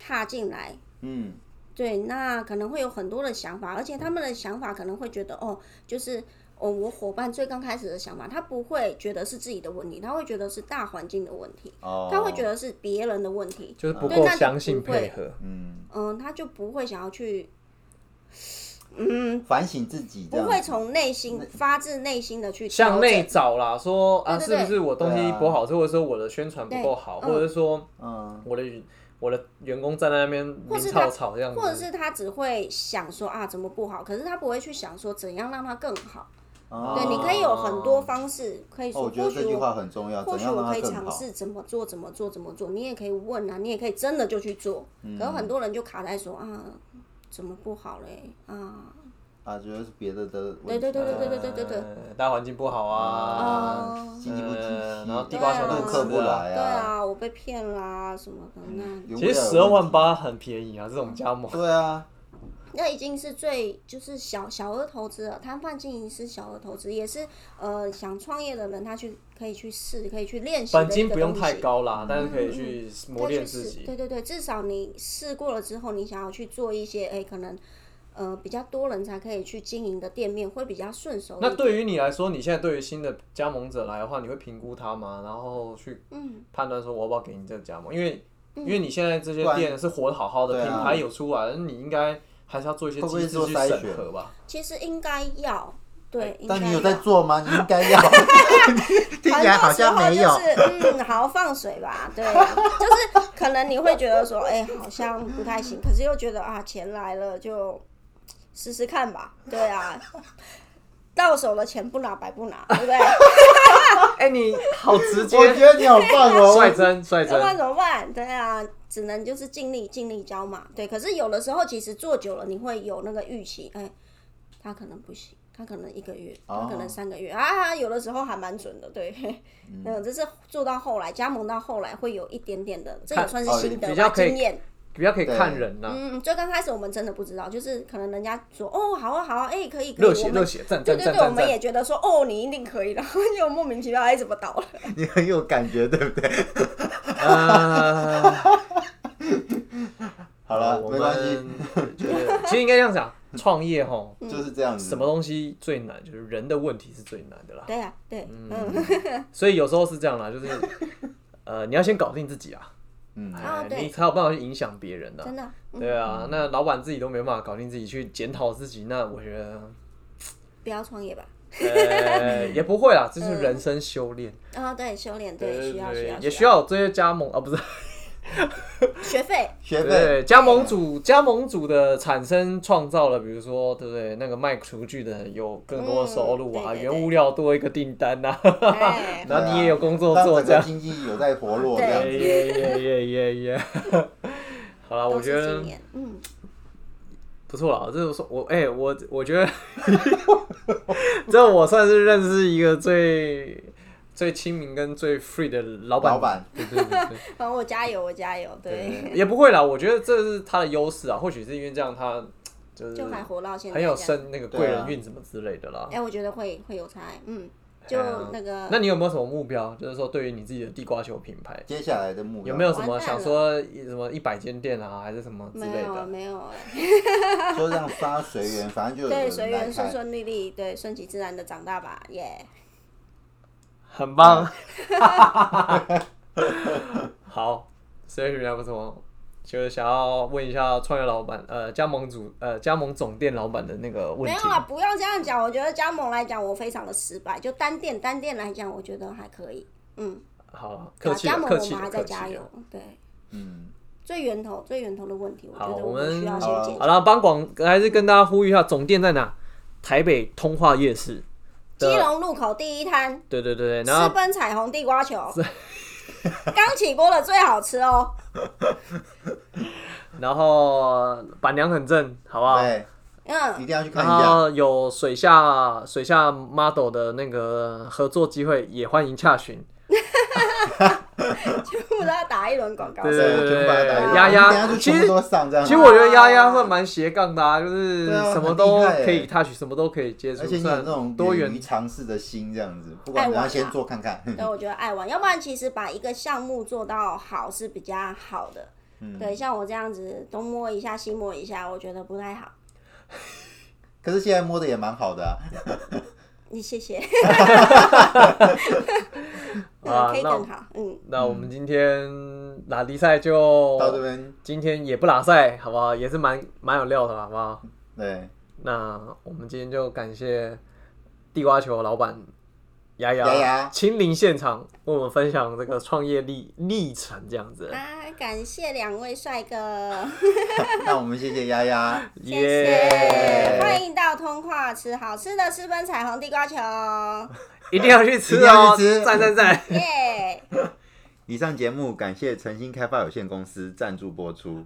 S1: 踏进来
S3: 嗯，
S1: 对，那可能会有很多的想法，而且他们的想法可能会觉得哦，就是哦，我伙伴最刚开始的想法，他不会觉得是自己的问题，他会觉得是大环境的问题，
S3: 哦，
S1: 他会觉得是别人的问题，
S2: 就是不
S1: 对
S2: 够
S1: 那就
S2: 相
S1: 不
S2: 信
S1: 会
S2: 配合。
S3: 嗯，
S1: 嗯，他就不会想要去，
S3: 反省自己这
S1: 不
S3: 样，
S1: 会从内心发自内心的去
S2: 向
S1: 调
S2: 内
S1: 整
S2: 找啦，说啊，
S1: 对
S2: 是
S1: 对
S2: 不是我东西
S3: 对啊
S2: 不好，或者说我的宣传不够好，
S1: 对嗯
S2: 或者说
S3: 嗯，
S2: 我的我的员工站在那边
S1: 或
S2: 鸣
S1: 是
S2: 吵
S1: 他
S2: 吵这样
S1: 或者
S2: 子，
S1: 是他只会想说啊怎么不好，可是他不会去想说怎样让它更好。
S3: 哦
S1: 对，你可以有很多方式可以
S3: 哦，
S1: 说，
S3: 我觉得
S1: 或
S3: 这
S1: 许
S3: 句话
S1: 我
S3: 很重要，
S1: 或
S3: 怎
S1: 许
S3: 样
S1: 我
S3: 让
S1: 可
S3: 它
S1: 以
S3: 更
S1: 尝
S3: 好？
S1: 试怎么做怎么做怎么做，你也可以问啊，你也可以真的就去做。可是
S3: 嗯
S1: 很多人就卡在说啊怎么不好嘞啊
S3: 啊，觉得是别的的问题，
S1: 对对对对对对对对对
S2: 呃，大环境不好啊，
S1: 哦
S3: 啊，经济不景
S2: 呃
S3: 气，
S2: 然后地瓜
S1: 球
S3: 路
S1: 都
S3: 客
S1: 吃
S3: 不
S2: 的啊
S1: 对
S3: 来，嗯
S1: 啊我被骗啦什么的那。
S3: 永
S2: 其实
S3: 远有
S2: 十二
S3: 问
S2: 万
S3: 题，
S2: 八很便宜啊，这种加盟。
S3: 对啊，
S1: 那已经是最就是小小额投资了，摊贩经营是小额投资，也是呃想创业的人他去可以去试，可以去练习的
S2: 本
S1: 一
S2: 金
S1: 个
S2: 不用
S1: 东
S2: 太
S1: 西嗯
S2: 高啦，但是可以去磨
S1: 再去
S2: 练
S1: 试
S2: 自己。
S1: 对对对，至少你试过了之后，你想要去做一些哎、可能呃比较多人才可以去经营的店面，会比较顺手一点。
S2: 那对于你来说，你现在对于新的加盟者来的话，你会评估他吗？然后去
S1: 嗯
S2: 判断说我要不要给你这个加盟？因为因为你现在这些
S3: 不然
S2: 店是活得好好的，
S3: 对啊
S2: 品牌有出来，你应该还是要做一些
S3: 会不
S2: 机
S3: 会
S2: 制
S3: 做
S2: 去
S3: 筛
S2: 审
S3: 选
S2: 核吧。
S1: 其实应该要对，应该
S3: 哎但你有在
S1: 要
S3: 做吗？你应该
S1: (laughs)
S3: 要，听起来好像没有
S1: 很多。时候就是嗯，好放水吧，对，啊就是可能你会觉得说，哎、好像不太行，可是又觉得啊，钱来了就试试看吧，对啊， (laughs) 到手的钱不拿白不拿，对不对？啊
S2: 哎，
S1: (laughs)
S2: 你 (laughs) 好直接，
S3: 我觉得你好棒哦，
S2: 率真率
S1: 要不然
S2: 真。
S1: 怎么办？对啊，只能就是尽力尽力教嘛，对。可是有的时候其实做久了，你会有那个预期，哎、他可能不行。他可能一个月，他可能
S3: 哦
S1: 三个月、啊，有的时候还蛮准的，对，嗯，这是做到后来加盟到后来会有一点点的，这也
S2: 看
S1: 算是
S3: 哦
S1: 新的
S2: 比
S1: 吧
S2: 较可以啊
S1: 经验，
S2: 比较可以看人呐，
S1: 嗯，最刚开始我们真的不知道，就是可能人家说哦，好啊，好啊，哎、可以，可以，
S2: 热
S1: 我
S2: 血
S1: 们
S2: 热血，赞
S1: 对对
S2: 赞赞
S1: 对，我
S2: 赞
S1: 们也
S2: 赞。
S1: 觉得说哦，你一定可以的，然 (laughs) 后就莫名其妙哎，怎么倒了？
S2: 嗯
S3: 你很有感觉，对不对？
S2: 啊，
S3: (laughs) 好了，
S2: 我
S3: 没关系，
S2: 们 (laughs) 就是其实应该这样讲，创业吼，
S3: 就是这样子。
S2: 什么东西最难？就是人的问题是最难的啦。
S1: 对啊，对，嗯，
S2: 所以有时候是这样啦，就是 (laughs) 呃，你要先搞定自己啊，
S3: 嗯
S1: 啊
S2: 哎
S1: 对
S2: 你才有办法去影响别人的、
S1: 真的，嗯
S2: 对啊，那老板自己都没办法搞定自己，去检讨自己，那我
S1: (laughs)
S2: 觉得，
S1: 不要创业吧。
S2: 呃，也不会啦，这是人生修炼，
S1: 啊、对，修炼对需要需要
S2: 也需要有这些加盟啊，不是，
S1: 学
S2: (laughs)
S1: 费，
S3: 学费
S2: 对，加盟主加盟主的产生创造了，比如说，对不对？那个卖厨具的有更多的收入
S1: 嗯对
S2: 啊，
S1: 对对
S2: 原物料多一个订单啊， (laughs)
S1: 哎，
S2: 然后你也有工作
S3: 让
S2: 做，
S3: 啊整
S2: 这
S3: 个
S2: 样。
S3: 经济有在活络这样
S1: 对
S3: 子。
S2: 耶耶耶耶耶！ (laughs) 好了，我
S1: 都
S2: 觉
S1: 是
S2: 得
S1: 经验，嗯，
S2: 不错了。这我说我哎、我我觉得 (laughs) 这我算是认识一个最最亲民跟最 free 的老板。
S3: 老板，
S2: 对对对对
S1: 反正我加油，我加油，对，
S2: 对，也不会啦。我觉得这是他的优势啊，或许是因为这样他就是
S1: 就还活到现在，
S2: 很有。生那个
S3: 对啊
S2: 贵人运什么之类的啦。
S1: 哎、我呃觉得会会有差，嗯，就
S2: 哎呀
S1: 那个，
S2: 那你有没有什么目标？就是说，对于你自己的地瓜球品牌，
S3: 接下来的目标
S2: 有没有什么
S1: 完蛋
S2: 想
S1: 了
S2: 说什么一百间店啊，还是什么之
S1: 没
S2: 类
S1: 有
S2: 的？
S1: 没有、哎，
S3: 就让大家随缘，反正就有
S1: 对，
S3: 人
S1: 随
S3: 来
S1: 缘顺
S3: 开。
S1: 顺利利，对，顺其自然的长大吧，耶、
S2: 很棒。
S3: 嗯
S2: (laughs) 好，所以还不错，就是想要问一下创业老板，呃，加盟主，呃，加盟总店老板的那个问
S1: 没
S2: 题
S1: 有。啦，不要这样讲。我觉得加盟来讲，我非常的失败。就单店单店来讲，我觉得还可以，嗯，
S2: 好了，
S1: 对
S2: 客
S1: 啊
S2: 气
S1: 加
S2: 了，
S1: 盟
S2: 客
S1: 我
S2: 气
S1: 们
S2: 了，
S1: 还
S2: 客
S1: 在
S2: 气
S1: 加
S2: 了
S1: 油。，对，
S3: 嗯，
S1: 最源头最源头的问题，我
S2: 好，
S1: 觉得
S2: 我
S1: 们需
S2: 们
S1: 要
S3: 好
S1: 先解决。
S2: 好了，帮广还是跟大家呼吁一下，总店在哪？台北通化夜市
S1: 基
S2: 的，
S1: 隆路口第一摊，
S2: 对对对对，然
S1: 私
S2: 后
S1: 奔彩虹地瓜球，刚起锅的最好吃哦。
S2: 然后板娘很正，好不好？
S3: 对，一
S1: 嗯，
S3: 定要去看
S2: 啊然
S3: 一下。
S2: 后有水下水下 model 的那个合作机会，也欢迎洽询。
S1: 全部都要打一轮广告。
S2: 对
S3: 对，全部把它打
S1: 丫
S2: 丫
S3: 等一下就全部都上这样
S2: 其实。我觉得丫丫算蛮斜杠的、啊，就是
S3: 啊对啊
S2: 什么都
S3: 很厉害欸
S2: 可以 touch，什么都可以接触
S3: 而且，你有
S2: 算
S3: 那种
S2: 多
S3: 勇
S2: 元
S3: 于。尝试的心，这样子，不管
S1: 哎
S3: 怎
S1: 我
S3: 样，先
S1: 啊 (laughs)
S3: 做看看。
S1: 对，我觉得爱玩，要不然其实把一个项目做到好是比较好的。
S2: 嗯
S3: 嗯
S1: 对，像我这样子东摸一下西摸一下，我觉得不太好。
S3: 可是现在摸的也蛮好的、啊，
S1: 你谢谢， (laughs)
S2: 啊
S1: 嗯可以
S2: 那
S1: 更好，嗯，
S2: 那我们今天拉迪赛就
S3: 到这边
S2: 今天也不拉赛，好不好？也是蛮蛮有料的啦，好不好？
S3: 对，
S2: 那我们今天就感谢地瓜球老板雅
S3: 雅雅
S2: 亲临现场，为我们分享这个创业历历程，这样子，
S1: 啊，感谢两位帅哥，
S3: 那我们谢谢丫丫，
S1: 谢谢，欢迎到通化吃好吃的私奔彩虹地瓜球，
S2: 一定要去吃
S3: 一定
S2: 哦
S3: 要去，吃
S2: 赞赞赞！
S1: 耶、
S3: 以上节目感谢诚心开发有限公司赞助播出。